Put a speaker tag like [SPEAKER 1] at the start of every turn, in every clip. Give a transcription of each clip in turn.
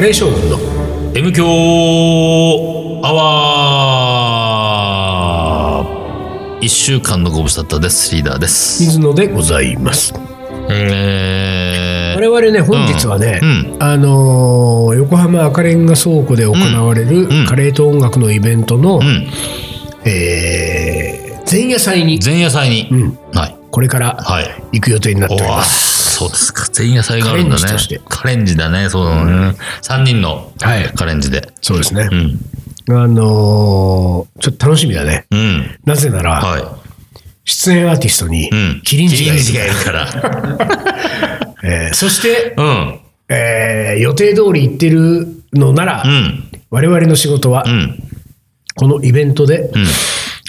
[SPEAKER 1] レー将軍の
[SPEAKER 2] M 強アワー一週間のご無沙汰ですリーダーです、
[SPEAKER 1] 水野でございます。
[SPEAKER 2] え
[SPEAKER 1] 我
[SPEAKER 2] ー、
[SPEAKER 1] 々ね、本日はね、
[SPEAKER 2] うん
[SPEAKER 1] あのー横浜赤レンガ倉庫で行われる
[SPEAKER 2] うん
[SPEAKER 1] カレーと音楽のイベントの、
[SPEAKER 2] うん
[SPEAKER 1] えー前夜祭に、
[SPEAKER 2] 前夜祭に、
[SPEAKER 1] うん、
[SPEAKER 2] はい
[SPEAKER 1] これから
[SPEAKER 2] はい
[SPEAKER 1] 行く予定になって
[SPEAKER 2] お
[SPEAKER 1] おり
[SPEAKER 2] ー
[SPEAKER 1] ます。
[SPEAKER 2] そうですか前夜祭があるんだね
[SPEAKER 1] カレンジとして
[SPEAKER 2] カレンジだねそうだね、三人の
[SPEAKER 1] はい
[SPEAKER 2] カレンジで、
[SPEAKER 1] そうですね
[SPEAKER 2] う。ん
[SPEAKER 1] あのーちょっと楽しみだね。
[SPEAKER 2] うん
[SPEAKER 1] なぜなら、
[SPEAKER 2] は
[SPEAKER 1] 出演アーティストに
[SPEAKER 2] い、うん、
[SPEAKER 1] キリンジがいる
[SPEAKER 2] キリンジがいるから
[SPEAKER 1] えーそして、
[SPEAKER 2] うん
[SPEAKER 1] えー予定通り行ってるのなら、
[SPEAKER 2] うん
[SPEAKER 1] 我々の仕事は、
[SPEAKER 2] うん
[SPEAKER 1] このイベントで、
[SPEAKER 2] うん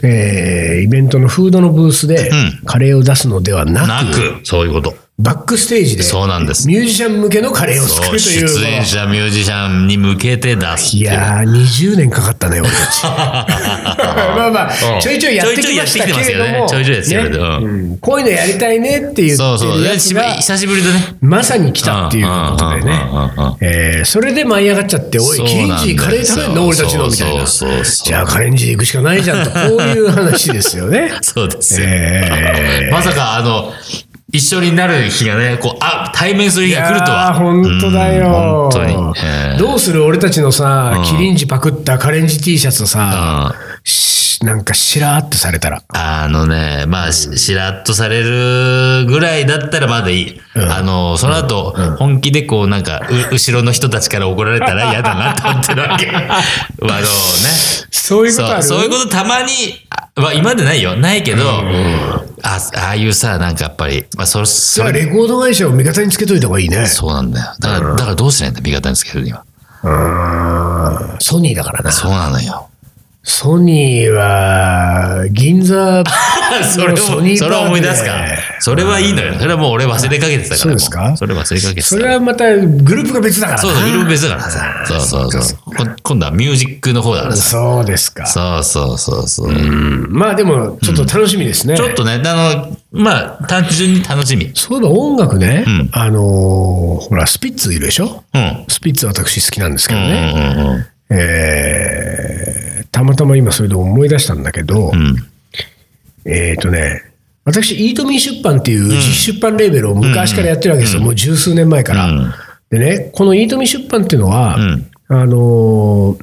[SPEAKER 1] えーイベントのフードのブースで
[SPEAKER 2] う
[SPEAKER 1] カレーを出すのではな
[SPEAKER 2] な
[SPEAKER 1] く、
[SPEAKER 2] くそういうこと
[SPEAKER 1] バックステージで
[SPEAKER 2] そうなんです
[SPEAKER 1] ミュージシャン向けのカレーを作
[SPEAKER 2] そう
[SPEAKER 1] るという
[SPEAKER 2] 出演者ミュージシャンに向けて出す
[SPEAKER 1] いやー20年かかったね俺 たちまあま
[SPEAKER 2] うん
[SPEAKER 1] あちょいちょいやってきましたけれども
[SPEAKER 2] ちょいちょいやってきてますよねちょいちょいやってる
[SPEAKER 1] うんこういうのやりたいねって言って
[SPEAKER 2] そうそう
[SPEAKER 1] るやつ
[SPEAKER 2] 久
[SPEAKER 1] が
[SPEAKER 2] 久しぶりだね
[SPEAKER 1] まさに来たっていうことでね
[SPEAKER 2] うんうんうんうんうん
[SPEAKER 1] えーそれで舞い上がっちゃって「おい
[SPEAKER 2] そう
[SPEAKER 1] キリン
[SPEAKER 2] なんだ
[SPEAKER 1] ジ
[SPEAKER 2] よ
[SPEAKER 1] カレー食べんの俺たちの」みたいな
[SPEAKER 2] そうそうそうそう
[SPEAKER 1] じゃあカレンジ行くしかないじゃん」とこういう話ですよね
[SPEAKER 2] そうですよ、
[SPEAKER 1] えー
[SPEAKER 2] まさかあの一緒になる日がねこうあ対面する日が来る
[SPEAKER 1] い
[SPEAKER 2] と
[SPEAKER 1] や
[SPEAKER 2] は
[SPEAKER 1] ー本当だよ
[SPEAKER 2] うん本当に、えー
[SPEAKER 1] どうする俺たちのさ、
[SPEAKER 2] うん
[SPEAKER 1] キリンジパクったカレンジ T シャツを
[SPEAKER 2] あ
[SPEAKER 1] さ、しなんかしらーっとされたら。
[SPEAKER 2] あのね、まあ、ししらっとされるぐらいだったらまだいい。
[SPEAKER 1] うん
[SPEAKER 2] あの、その後、本気でこう、なんか、う後ろの人たちから怒られたら嫌だなと思ってる わけ。まあ、あのね。
[SPEAKER 1] そういうことあ
[SPEAKER 2] そう
[SPEAKER 1] る
[SPEAKER 2] そういうことたまに、あまあ、今までないよ。ないけど、あああいうさ、なんかやっぱり、まあ、それ、
[SPEAKER 1] じ
[SPEAKER 2] そ
[SPEAKER 1] ゃあ
[SPEAKER 2] れ、
[SPEAKER 1] レコード会社を味方につけといた方がいいね。
[SPEAKER 2] そうなんだよ。だから、だからどうすりゃいいんだ、味方につけるには。
[SPEAKER 1] うーんソニーだからな。
[SPEAKER 2] そうな のよ。
[SPEAKER 1] ソニーは、銀 座
[SPEAKER 2] それを、
[SPEAKER 1] のソニー
[SPEAKER 2] それを
[SPEAKER 1] パー
[SPEAKER 2] 思
[SPEAKER 1] ク
[SPEAKER 2] い
[SPEAKER 1] で
[SPEAKER 2] 出すか。それはいいのよ。それはもう俺忘れかけてたから。
[SPEAKER 1] そうですか
[SPEAKER 2] もそれ忘れかけてた。
[SPEAKER 1] それはまたグループが別だからな
[SPEAKER 2] そうそう、いろいろ別だからさ。そうそうそう。こ今度はミュージックの方だからさ。
[SPEAKER 1] そうですか。
[SPEAKER 2] そうそうそうそう。
[SPEAKER 1] うんまあでも、ちょっと楽しみですね。
[SPEAKER 2] ちょっとね、あの、まあ、単純に楽しみ。
[SPEAKER 1] そういえば音楽ね、
[SPEAKER 2] うん
[SPEAKER 1] あのーほら、スピッツいるでしょ
[SPEAKER 2] うん。
[SPEAKER 1] スピッツ私好きなんですけ
[SPEAKER 2] う
[SPEAKER 1] ど
[SPEAKER 2] ん
[SPEAKER 1] ね。
[SPEAKER 2] うんうん
[SPEAKER 1] えーたまたま今それで思い出したんだけど、
[SPEAKER 2] うん。
[SPEAKER 1] えっ、とね、私、イートミー出版っていう自費出版レーベルを昔からやってるわけですよ。もう十数年前から。
[SPEAKER 2] うん
[SPEAKER 1] でね、このイートミー出版っていうのは、
[SPEAKER 2] うん
[SPEAKER 1] あのー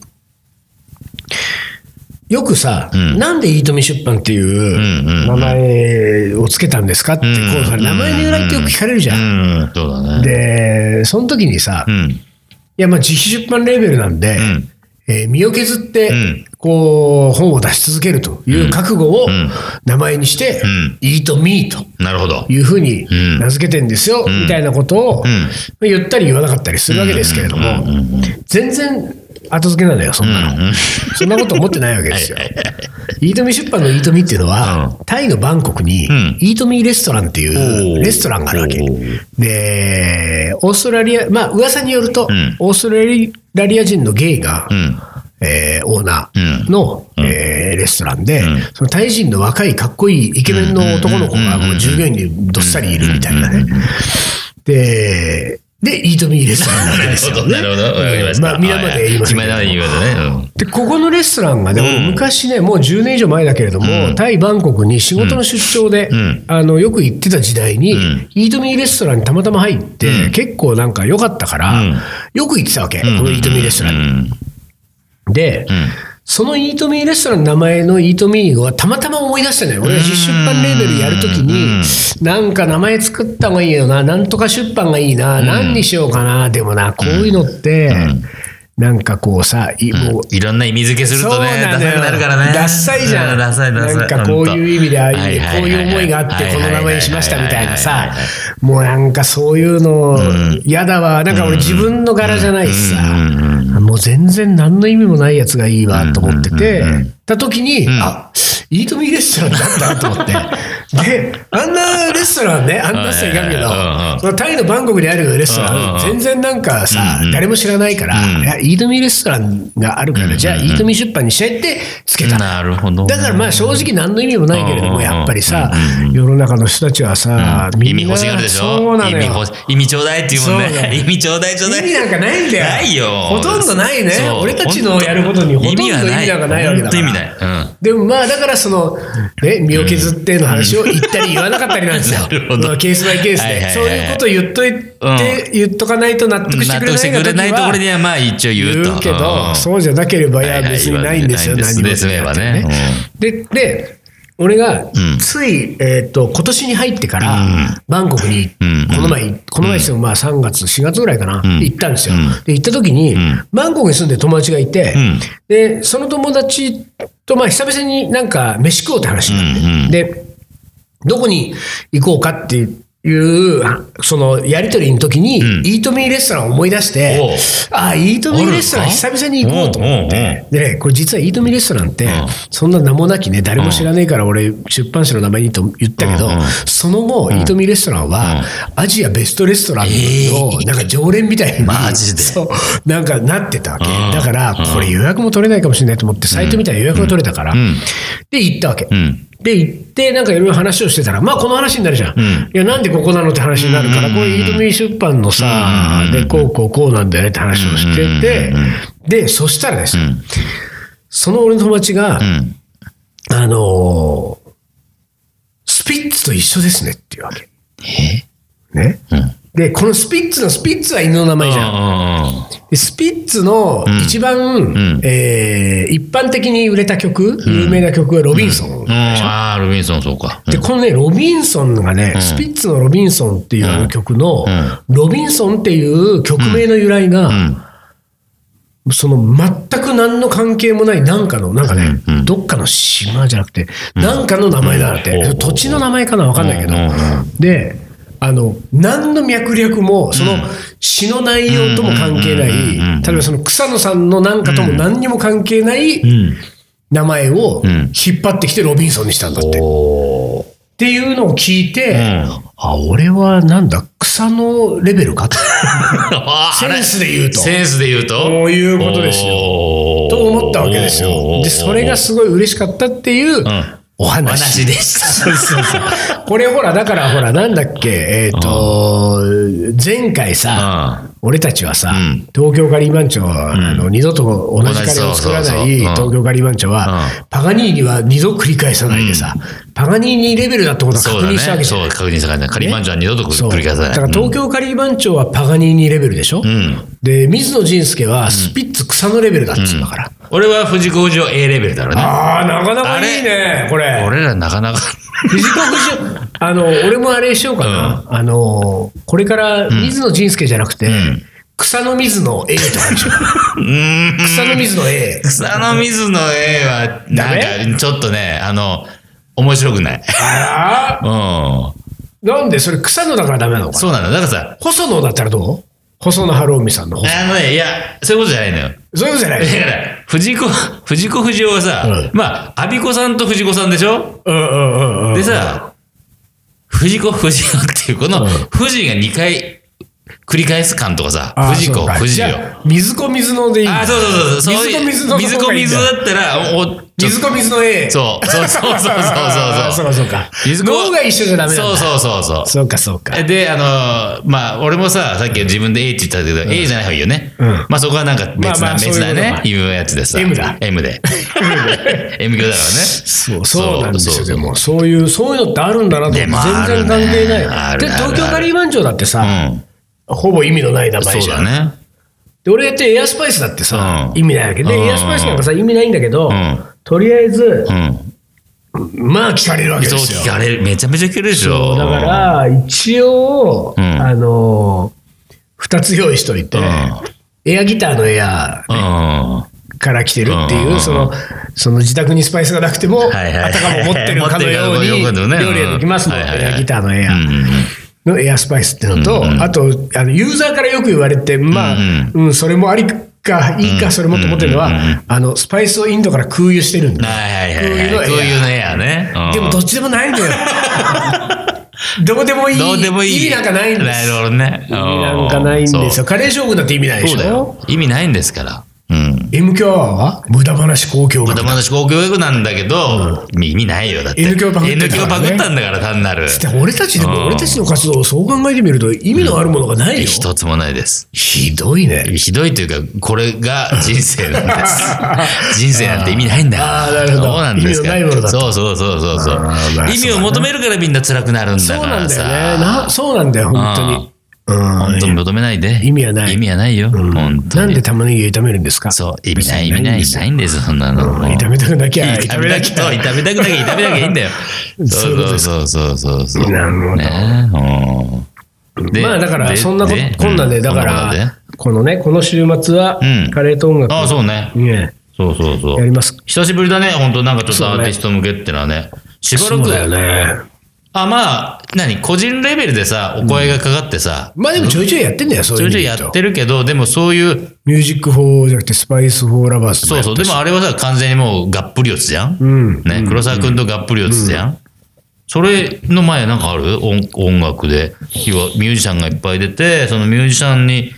[SPEAKER 1] よくさ、
[SPEAKER 2] ん
[SPEAKER 1] なんでイートミー出版っていう
[SPEAKER 2] うんうん
[SPEAKER 1] 名前をつけたんですかって、こうさ名前の由来ってよく聞かれるじゃん。
[SPEAKER 2] うん。そうだね。
[SPEAKER 1] で、その時にさ、
[SPEAKER 2] う
[SPEAKER 1] い
[SPEAKER 2] ん。
[SPEAKER 1] や、まあ自費出版レーベルなんで、
[SPEAKER 2] うん。
[SPEAKER 1] えー身を削って、
[SPEAKER 2] うん
[SPEAKER 1] こう、本を出し続けるという覚悟を
[SPEAKER 2] ん
[SPEAKER 1] 名前にして、
[SPEAKER 2] ん
[SPEAKER 1] eat me と
[SPEAKER 2] なるほど。
[SPEAKER 1] いうふうに
[SPEAKER 2] ん
[SPEAKER 1] 名付けてんですよ、みたいなことを、
[SPEAKER 2] ん
[SPEAKER 1] まあ言ったり言わなかったりするわけですけれども、全然後付けなのよ、そんなの。そんなこと思ってないわけです よ。イートミー出版のイートミーっていうのは、タイのバンコクに、
[SPEAKER 2] ん
[SPEAKER 1] イートミーレストランってい
[SPEAKER 2] お
[SPEAKER 1] う
[SPEAKER 2] ー
[SPEAKER 1] レストランがあるわけ
[SPEAKER 2] おー。
[SPEAKER 1] で、オーストラリア、まあ噂によると、
[SPEAKER 2] ん
[SPEAKER 1] オーストラリア人のゲイが、
[SPEAKER 2] うん。
[SPEAKER 1] えーオーナーの、えーレストランで、そのタイ人の若いかっこいいイケメンの男の子がこう従業員にどっさりいるみたいなね。で、で、イートミーレストランなわけですよ、ね。
[SPEAKER 2] なるほど。わかりました。
[SPEAKER 1] まあ、皆まで言いませんけ
[SPEAKER 2] は
[SPEAKER 1] ど
[SPEAKER 2] は皆まで言いませんね。うん
[SPEAKER 1] で、ここのレストランがね、俺昔ね、もう10年以上前だけれども、タイ・バンコクに仕事の出張で、
[SPEAKER 2] ん
[SPEAKER 1] あのよく行ってた時代に、
[SPEAKER 2] ん
[SPEAKER 1] イートミーレストランにたまたま入って、結構なんか良かったから、
[SPEAKER 2] うん
[SPEAKER 1] よく行ってたわけ、このイートミーレストランに。で、そのイートミーレストランの名前のイートミーはたまたま思い出したのよ。俺が実出版レーベルやるときに、なんか名前作った方がいいよな、なんとか出版がいいな、何にしようかな、でもな、こういうのって、なんかこうさ、いもう
[SPEAKER 2] うん。いろんな意味付けする
[SPEAKER 1] そう
[SPEAKER 2] とね、
[SPEAKER 1] なの
[SPEAKER 2] ダサ
[SPEAKER 1] よ
[SPEAKER 2] くなるからね。
[SPEAKER 1] ダッサいじゃ。
[SPEAKER 2] うんダサい、ダサい。
[SPEAKER 1] なんかこういう意味で、ああ
[SPEAKER 2] は
[SPEAKER 1] いう、
[SPEAKER 2] はは
[SPEAKER 1] こういう思いがあって、この名前にしましたみたいな
[SPEAKER 2] は
[SPEAKER 1] さ
[SPEAKER 2] ははは、
[SPEAKER 1] もうなんかそういうの、やだわ。なんか俺自分の柄じゃないしさ、もう全然何の意味もないやつがいいわと思ってて、た時に、あ、イートミーレストランだったなと思って。で、あんなレストランね、あんな人いたけど、
[SPEAKER 2] うんうん
[SPEAKER 1] そのタイのバンコクにあるレスト
[SPEAKER 2] うんうん
[SPEAKER 1] ラ
[SPEAKER 2] う
[SPEAKER 1] ン、全
[SPEAKER 2] ん
[SPEAKER 1] 然なんかさ、
[SPEAKER 2] うんうん
[SPEAKER 1] 誰も知らないから、
[SPEAKER 2] うん
[SPEAKER 1] いやイートミーレストランがあるから、
[SPEAKER 2] うんうんうん
[SPEAKER 1] じゃあイートミー出版にしちゃいってつけたの。
[SPEAKER 2] なるほど。
[SPEAKER 1] だからまあ正直何の意味もないけれど
[SPEAKER 2] うんうんう
[SPEAKER 1] も、
[SPEAKER 2] ん
[SPEAKER 1] やっぱりさ
[SPEAKER 2] うんう、ん
[SPEAKER 1] 世の中の人たちはさ、みんな
[SPEAKER 2] 意味欲しがるでしょ
[SPEAKER 1] そうなの
[SPEAKER 2] 意
[SPEAKER 1] よ。
[SPEAKER 2] 味欲し意味ちょうだいっていうもん
[SPEAKER 1] そうなの
[SPEAKER 2] ね。意味ちょうだいちょうだい。
[SPEAKER 1] 意味なんかないんだよ。
[SPEAKER 2] ないよ
[SPEAKER 1] ほとんどないね
[SPEAKER 2] そ。う
[SPEAKER 1] 俺たちのやることにほとんど意味なんかないわけだから。
[SPEAKER 2] 意味ない。うん。
[SPEAKER 1] でもまあだからその、ね、身を削っての話を言ったり言わなかったりなんですよ
[SPEAKER 2] なるほ。ど
[SPEAKER 1] まあケースバイケース
[SPEAKER 2] はいはい
[SPEAKER 1] で。
[SPEAKER 2] はい
[SPEAKER 1] そういうことを言っといて、言っとかないと納得して
[SPEAKER 2] 納
[SPEAKER 1] くれ
[SPEAKER 2] 得してくれな
[SPEAKER 1] ない
[SPEAKER 2] い
[SPEAKER 1] が
[SPEAKER 2] ところ
[SPEAKER 1] 時
[SPEAKER 2] に
[SPEAKER 1] は
[SPEAKER 2] はまあ一応言うと。
[SPEAKER 1] 言うけ
[SPEAKER 2] ん
[SPEAKER 1] ど、そうじゃなければいや
[SPEAKER 2] はいはい
[SPEAKER 1] 別にないんですよ、
[SPEAKER 2] 言わない
[SPEAKER 1] 何
[SPEAKER 2] ん
[SPEAKER 1] も
[SPEAKER 2] ですですね
[SPEAKER 1] で、で、俺がつい、えっと、今年に入ってから
[SPEAKER 2] うん、
[SPEAKER 1] バンコクに
[SPEAKER 2] うん、
[SPEAKER 1] この前、この前ですよ、まあ3月、4月ぐらいかな、
[SPEAKER 2] ん
[SPEAKER 1] 行ったんですよ
[SPEAKER 2] う。
[SPEAKER 1] で、行った時に
[SPEAKER 2] ん、
[SPEAKER 1] バンコクに住んでる友達がいて
[SPEAKER 2] うん、
[SPEAKER 1] で、その友達と、まあ久々になんか飯食おうって話になって
[SPEAKER 2] うんうん
[SPEAKER 1] で、どこに行こうかっていう、あそのやり取りの時に、
[SPEAKER 2] うん
[SPEAKER 1] イートミーレストランを思い出して
[SPEAKER 2] おう、
[SPEAKER 1] ああ、イートミーレストラン
[SPEAKER 2] ある
[SPEAKER 1] 久
[SPEAKER 2] か
[SPEAKER 1] 々に行こうと思っ
[SPEAKER 2] おうおう
[SPEAKER 1] て、でね、これ実はイートミーレストランって
[SPEAKER 2] ん、
[SPEAKER 1] そんな名もなきね、誰も知らねえから俺、出版社の名前にと言ったけど
[SPEAKER 2] うんうん、
[SPEAKER 1] その後、イートミーレストランは、アジアベストレストランの、なんか常連みたいに、
[SPEAKER 2] マジで
[SPEAKER 1] そう、なんかなってたわけ。
[SPEAKER 2] うん
[SPEAKER 1] だから、これ予約も取れないかもしれないと思って、サイト見たら予約が取れたから
[SPEAKER 2] うん、
[SPEAKER 1] で、行ったわけ。
[SPEAKER 2] うん。
[SPEAKER 1] で行ってなんかいろいろ話をしてたらまあこの話になるじゃん、
[SPEAKER 2] ん
[SPEAKER 1] いやなんでここなのって話になるから、
[SPEAKER 2] うん
[SPEAKER 1] こういうイートミー出版のさ、
[SPEAKER 2] うん
[SPEAKER 1] でこうこうこうなんだよねって話をしてて、でそしたらです、
[SPEAKER 2] ん
[SPEAKER 1] その俺の友達が、
[SPEAKER 2] うん。
[SPEAKER 1] あのースピッツと一緒ですねっていうわけ
[SPEAKER 2] え
[SPEAKER 1] ね、
[SPEAKER 2] うん
[SPEAKER 1] でこのスピッツのスピッツは犬の名前じゃん、でスピッツの一番、
[SPEAKER 2] ん
[SPEAKER 1] えー一般的に売れた曲、有名な曲は「ロビンソン」
[SPEAKER 2] うん。ああ、ロビンソンそうか。
[SPEAKER 1] で、このね、ロビンソンがね、スピッツのロビンソンっていうあの曲の、
[SPEAKER 2] う
[SPEAKER 1] ロビンソンっていう曲名の由来が、その全く何の関係もない、なんかの、なんかね、
[SPEAKER 2] うんうん
[SPEAKER 1] どっかの島じゃなくて、なんかの名前だなって、
[SPEAKER 2] うん
[SPEAKER 1] 土地の名前かな、わかんないけど、
[SPEAKER 2] うんうんう
[SPEAKER 1] で、あの、何の脈略も、その詩の内容とも関係ない、
[SPEAKER 2] うんうんうんうん
[SPEAKER 1] 例えばその草野さんのなんかとも何にも関係ない
[SPEAKER 2] うん。
[SPEAKER 1] 名前を
[SPEAKER 2] ん
[SPEAKER 1] 引っ張ってきてロビンソンにしたんだって。
[SPEAKER 2] おー。
[SPEAKER 1] っていうのを聞いて、
[SPEAKER 2] うん
[SPEAKER 1] あ、俺はなんだ、草のレベル かセンスで言うと
[SPEAKER 2] センスで言うと
[SPEAKER 1] こういうことですよ
[SPEAKER 2] よ
[SPEAKER 1] と思ったわけですよ。で、それがすごい嬉しかったっていう
[SPEAKER 2] うん
[SPEAKER 1] お
[SPEAKER 2] お
[SPEAKER 1] 話。
[SPEAKER 2] 話でした。そうそうそう。
[SPEAKER 1] これほら、だからほら、なんだっけ、えっ、と、前回さ、俺たちはさ、
[SPEAKER 2] うん
[SPEAKER 1] 東京ガリバンチョは、あの二度と同じカレーを作ら
[SPEAKER 2] 同
[SPEAKER 1] な
[SPEAKER 2] じ
[SPEAKER 1] い
[SPEAKER 2] そうそうそううん
[SPEAKER 1] 東京ガリバンチョは、パガニーニは二度繰り返さないでさ、パガニーニレベルだってことを
[SPEAKER 2] そ
[SPEAKER 1] 確
[SPEAKER 2] うだ
[SPEAKER 1] 認
[SPEAKER 2] ね。
[SPEAKER 1] したわけじゃん
[SPEAKER 2] そう、確認したからね。カリマンジョは二度と
[SPEAKER 1] そう
[SPEAKER 2] 繰り返さない。
[SPEAKER 1] だから東京カリー番長はパガニーニレベルでしょ、
[SPEAKER 2] ん
[SPEAKER 1] で水野仁介はスピッツ草のレベルだっつうんだから、
[SPEAKER 2] 俺は藤子不二雄 A レベルだろうね。
[SPEAKER 1] ああなかなかいいねこれ
[SPEAKER 2] 俺らなかなか。
[SPEAKER 1] 藤子不二雄あの俺もあれしようかな、あのこれから水野仁介じゃなくて、
[SPEAKER 2] ん
[SPEAKER 1] 草の水の A とかでしょ
[SPEAKER 2] うーん。
[SPEAKER 1] 草の水の A
[SPEAKER 2] 草の水の A は、
[SPEAKER 1] ダ
[SPEAKER 2] なんか、ちょっとね、あの、面白くない。
[SPEAKER 1] あら
[SPEAKER 2] うん。
[SPEAKER 1] なんでそれ草野だからダメなのかな
[SPEAKER 2] そうなんだ。だからさ、
[SPEAKER 1] 細野だったらどう細野晴臣さんの細
[SPEAKER 2] あのね、いや、そういうことじゃないのよ。
[SPEAKER 1] そういうことじゃない
[SPEAKER 2] だから、藤子、藤子不二雄はさ、
[SPEAKER 1] う
[SPEAKER 2] まあ、アビコさんと藤子さんでしょ
[SPEAKER 1] うんうんうんうん
[SPEAKER 2] でさ、藤子不二雄っていう、こ
[SPEAKER 1] う
[SPEAKER 2] の
[SPEAKER 1] ん
[SPEAKER 2] 藤が2回繰り返す感とかさ、
[SPEAKER 1] あー
[SPEAKER 2] 藤
[SPEAKER 1] そ
[SPEAKER 2] 子
[SPEAKER 1] うか
[SPEAKER 2] 不二
[SPEAKER 1] じ
[SPEAKER 2] 雄。
[SPEAKER 1] ゃあ水子水のでいいんだ
[SPEAKER 2] あ、そうそうそうそう。
[SPEAKER 1] 水子水の
[SPEAKER 2] 水
[SPEAKER 1] 方
[SPEAKER 2] 子
[SPEAKER 1] がいいん
[SPEAKER 2] 水
[SPEAKER 1] だ
[SPEAKER 2] だったら、お、おちょ
[SPEAKER 1] 水子水の A
[SPEAKER 2] そう、そうそうそうそ う
[SPEAKER 1] あー
[SPEAKER 2] そ
[SPEAKER 1] そうう。かそうか
[SPEAKER 2] 水子
[SPEAKER 1] 脳が一緒じゃダメなんだ
[SPEAKER 2] そうそうそうそう。
[SPEAKER 1] そうかそうか
[SPEAKER 2] で、あのーまあ、俺もさ、さっき自分で A って言ったけど、A じゃない方がいいよね。
[SPEAKER 1] うん
[SPEAKER 2] まあ、そこはなんか別な、
[SPEAKER 1] まあまあ
[SPEAKER 2] 別
[SPEAKER 1] そうい
[SPEAKER 2] な
[SPEAKER 1] うこと
[SPEAKER 2] ね
[SPEAKER 1] か、
[SPEAKER 2] いうやつでさ。
[SPEAKER 1] M だ
[SPEAKER 2] M で。M 教だからね。
[SPEAKER 1] そうそうなんです
[SPEAKER 2] そう
[SPEAKER 1] よでもそういうそういうのってあるんだなと
[SPEAKER 2] でもある
[SPEAKER 1] 全然
[SPEAKER 2] ね
[SPEAKER 1] 関係ないよ
[SPEAKER 2] ある
[SPEAKER 1] で
[SPEAKER 2] あるある
[SPEAKER 1] 東京カリー番長だって
[SPEAKER 2] う
[SPEAKER 1] さ
[SPEAKER 2] ん。
[SPEAKER 1] ほぼ意味のない名前
[SPEAKER 2] そう
[SPEAKER 1] じゃ
[SPEAKER 2] だ
[SPEAKER 1] ん
[SPEAKER 2] ね。
[SPEAKER 1] で俺やってエアスパイスだってさ
[SPEAKER 2] うん
[SPEAKER 1] 意味ないわけで
[SPEAKER 2] うん
[SPEAKER 1] エアスパイスなんかさ意味ないんだけど
[SPEAKER 2] うん
[SPEAKER 1] とりあえず
[SPEAKER 2] うん。
[SPEAKER 1] まあ聞かれるわけで
[SPEAKER 2] そう
[SPEAKER 1] すよ
[SPEAKER 2] 聞かれる。めちゃめちゃ聞かれるでしょ。
[SPEAKER 1] だから一応
[SPEAKER 2] うん
[SPEAKER 1] あの2つ用意しといて
[SPEAKER 2] うん
[SPEAKER 1] エアギターのエア
[SPEAKER 2] うん。うん。
[SPEAKER 1] から来てるって
[SPEAKER 2] うんうん
[SPEAKER 1] いうう、
[SPEAKER 2] ん
[SPEAKER 1] その、その自宅にスパイスがなくても、
[SPEAKER 2] はいはい
[SPEAKER 1] あたかも持ってるかのように、
[SPEAKER 2] 持ってるかのようにね
[SPEAKER 1] 料理ができますの
[SPEAKER 2] うんはいはい
[SPEAKER 1] で、
[SPEAKER 2] はい
[SPEAKER 1] ギターのエ
[SPEAKER 2] う
[SPEAKER 1] ア
[SPEAKER 2] んうん
[SPEAKER 1] のエアスパイスっていうのと、あと、あのユーザーからよく言われて、まあ
[SPEAKER 2] うん、
[SPEAKER 1] うん、それもありか、いいか、それもと思ってるの
[SPEAKER 2] うんうんうんう
[SPEAKER 1] は、あの、スパイスをインドから空輸してるんだ。
[SPEAKER 2] はいはいはいはい。
[SPEAKER 1] こ
[SPEAKER 2] こ
[SPEAKER 1] う
[SPEAKER 2] う
[SPEAKER 1] い
[SPEAKER 2] いうう
[SPEAKER 1] の
[SPEAKER 2] のやね。うん
[SPEAKER 1] でもどっちでもないんだ よ。どうでもいい。
[SPEAKER 2] どうでもいい。
[SPEAKER 1] なんかないんで
[SPEAKER 2] な
[SPEAKER 1] す
[SPEAKER 2] る
[SPEAKER 1] よ。
[SPEAKER 2] ほどね。
[SPEAKER 1] 意味なんかないんですよ。カレー将軍だって意味ない
[SPEAKER 2] うん。
[SPEAKER 1] で
[SPEAKER 2] そう
[SPEAKER 1] し
[SPEAKER 2] だ
[SPEAKER 1] ょ
[SPEAKER 2] よ。。意味ないんですから。うん。
[SPEAKER 1] M 教アワーは無駄話公共
[SPEAKER 2] まだまだ公教育なんだけど、意味ないよ。だって。
[SPEAKER 1] N 響パクってんだ
[SPEAKER 2] N
[SPEAKER 1] からね
[SPEAKER 2] 響パクったんだから、単なる。
[SPEAKER 1] で俺たちで
[SPEAKER 2] うん
[SPEAKER 1] も、俺たちの活動をそう考えてみると、意味のあるものがないよ。
[SPEAKER 2] 一つもないです。
[SPEAKER 1] ひどいね。
[SPEAKER 2] ひどいというか、これが人生な んです。人生なんて意味ないんだから。
[SPEAKER 1] あーなるほど
[SPEAKER 2] そうなんですから
[SPEAKER 1] 意味のないものだと
[SPEAKER 2] そうそうそうそうそう、
[SPEAKER 1] あーまあ
[SPEAKER 2] 意味を求めるからみんな辛くなるん
[SPEAKER 1] そ
[SPEAKER 2] だ
[SPEAKER 1] う
[SPEAKER 2] か
[SPEAKER 1] なん
[SPEAKER 2] ら
[SPEAKER 1] だ
[SPEAKER 2] さ。
[SPEAKER 1] よね。なそうなんだよ、本当に。うん
[SPEAKER 2] 本当に求めないで。
[SPEAKER 1] 意味はない
[SPEAKER 2] 意味はないよ。本当
[SPEAKER 1] なん
[SPEAKER 2] に。
[SPEAKER 1] で玉ねぎを炒めるんですか
[SPEAKER 2] そう、意味ない、意
[SPEAKER 1] 別
[SPEAKER 2] 味
[SPEAKER 1] に
[SPEAKER 2] ない、
[SPEAKER 1] んですよ
[SPEAKER 2] ないんです、そんなの。
[SPEAKER 1] うん炒めたくなきゃ、
[SPEAKER 2] 炒めなきゃ、炒めたくなきゃ、炒めなきゃいいんだよ。
[SPEAKER 1] そういうこと
[SPEAKER 2] そう
[SPEAKER 1] です
[SPEAKER 2] そうそうそうそう。
[SPEAKER 1] なるほど
[SPEAKER 2] ねうんで
[SPEAKER 1] まあだから、
[SPEAKER 2] で
[SPEAKER 1] そんなこ
[SPEAKER 2] で
[SPEAKER 1] こんなん
[SPEAKER 2] う
[SPEAKER 1] で、だか
[SPEAKER 2] そんなことで
[SPEAKER 1] ら、このね、この週末は
[SPEAKER 2] うん、
[SPEAKER 1] カレーと音楽
[SPEAKER 2] ああ、そうね。
[SPEAKER 1] ね、
[SPEAKER 2] そうそうそう。
[SPEAKER 1] やります。
[SPEAKER 2] 久しぶりだね、本当なんかちょっ
[SPEAKER 1] そう
[SPEAKER 2] と
[SPEAKER 1] ね
[SPEAKER 2] アーティスト向けってのはね。しばら
[SPEAKER 1] そう
[SPEAKER 2] く
[SPEAKER 1] だよね。
[SPEAKER 2] あ、まあ、何、個人レベルでさ、お声がかかってさ、
[SPEAKER 1] まあでもちょいちょいやってんだよ、そう
[SPEAKER 2] ち
[SPEAKER 1] い
[SPEAKER 2] ょ
[SPEAKER 1] う意
[SPEAKER 2] いち
[SPEAKER 1] 味
[SPEAKER 2] ょい
[SPEAKER 1] で言
[SPEAKER 2] や
[SPEAKER 1] うと
[SPEAKER 2] ってるけど、でもそういう、
[SPEAKER 1] ミュージック・フォーじゃなくて、スパイス・フォー・ラバーズ
[SPEAKER 2] そうそう、でもあれはさ、完全にもうがっぷり四つじゃん、
[SPEAKER 1] うん。
[SPEAKER 2] ね、黒沢君とがっぷり四つじゃん、それの前なんかある音音楽で。要はミュージシャンがいっぱい出て、そのミュージシャンに、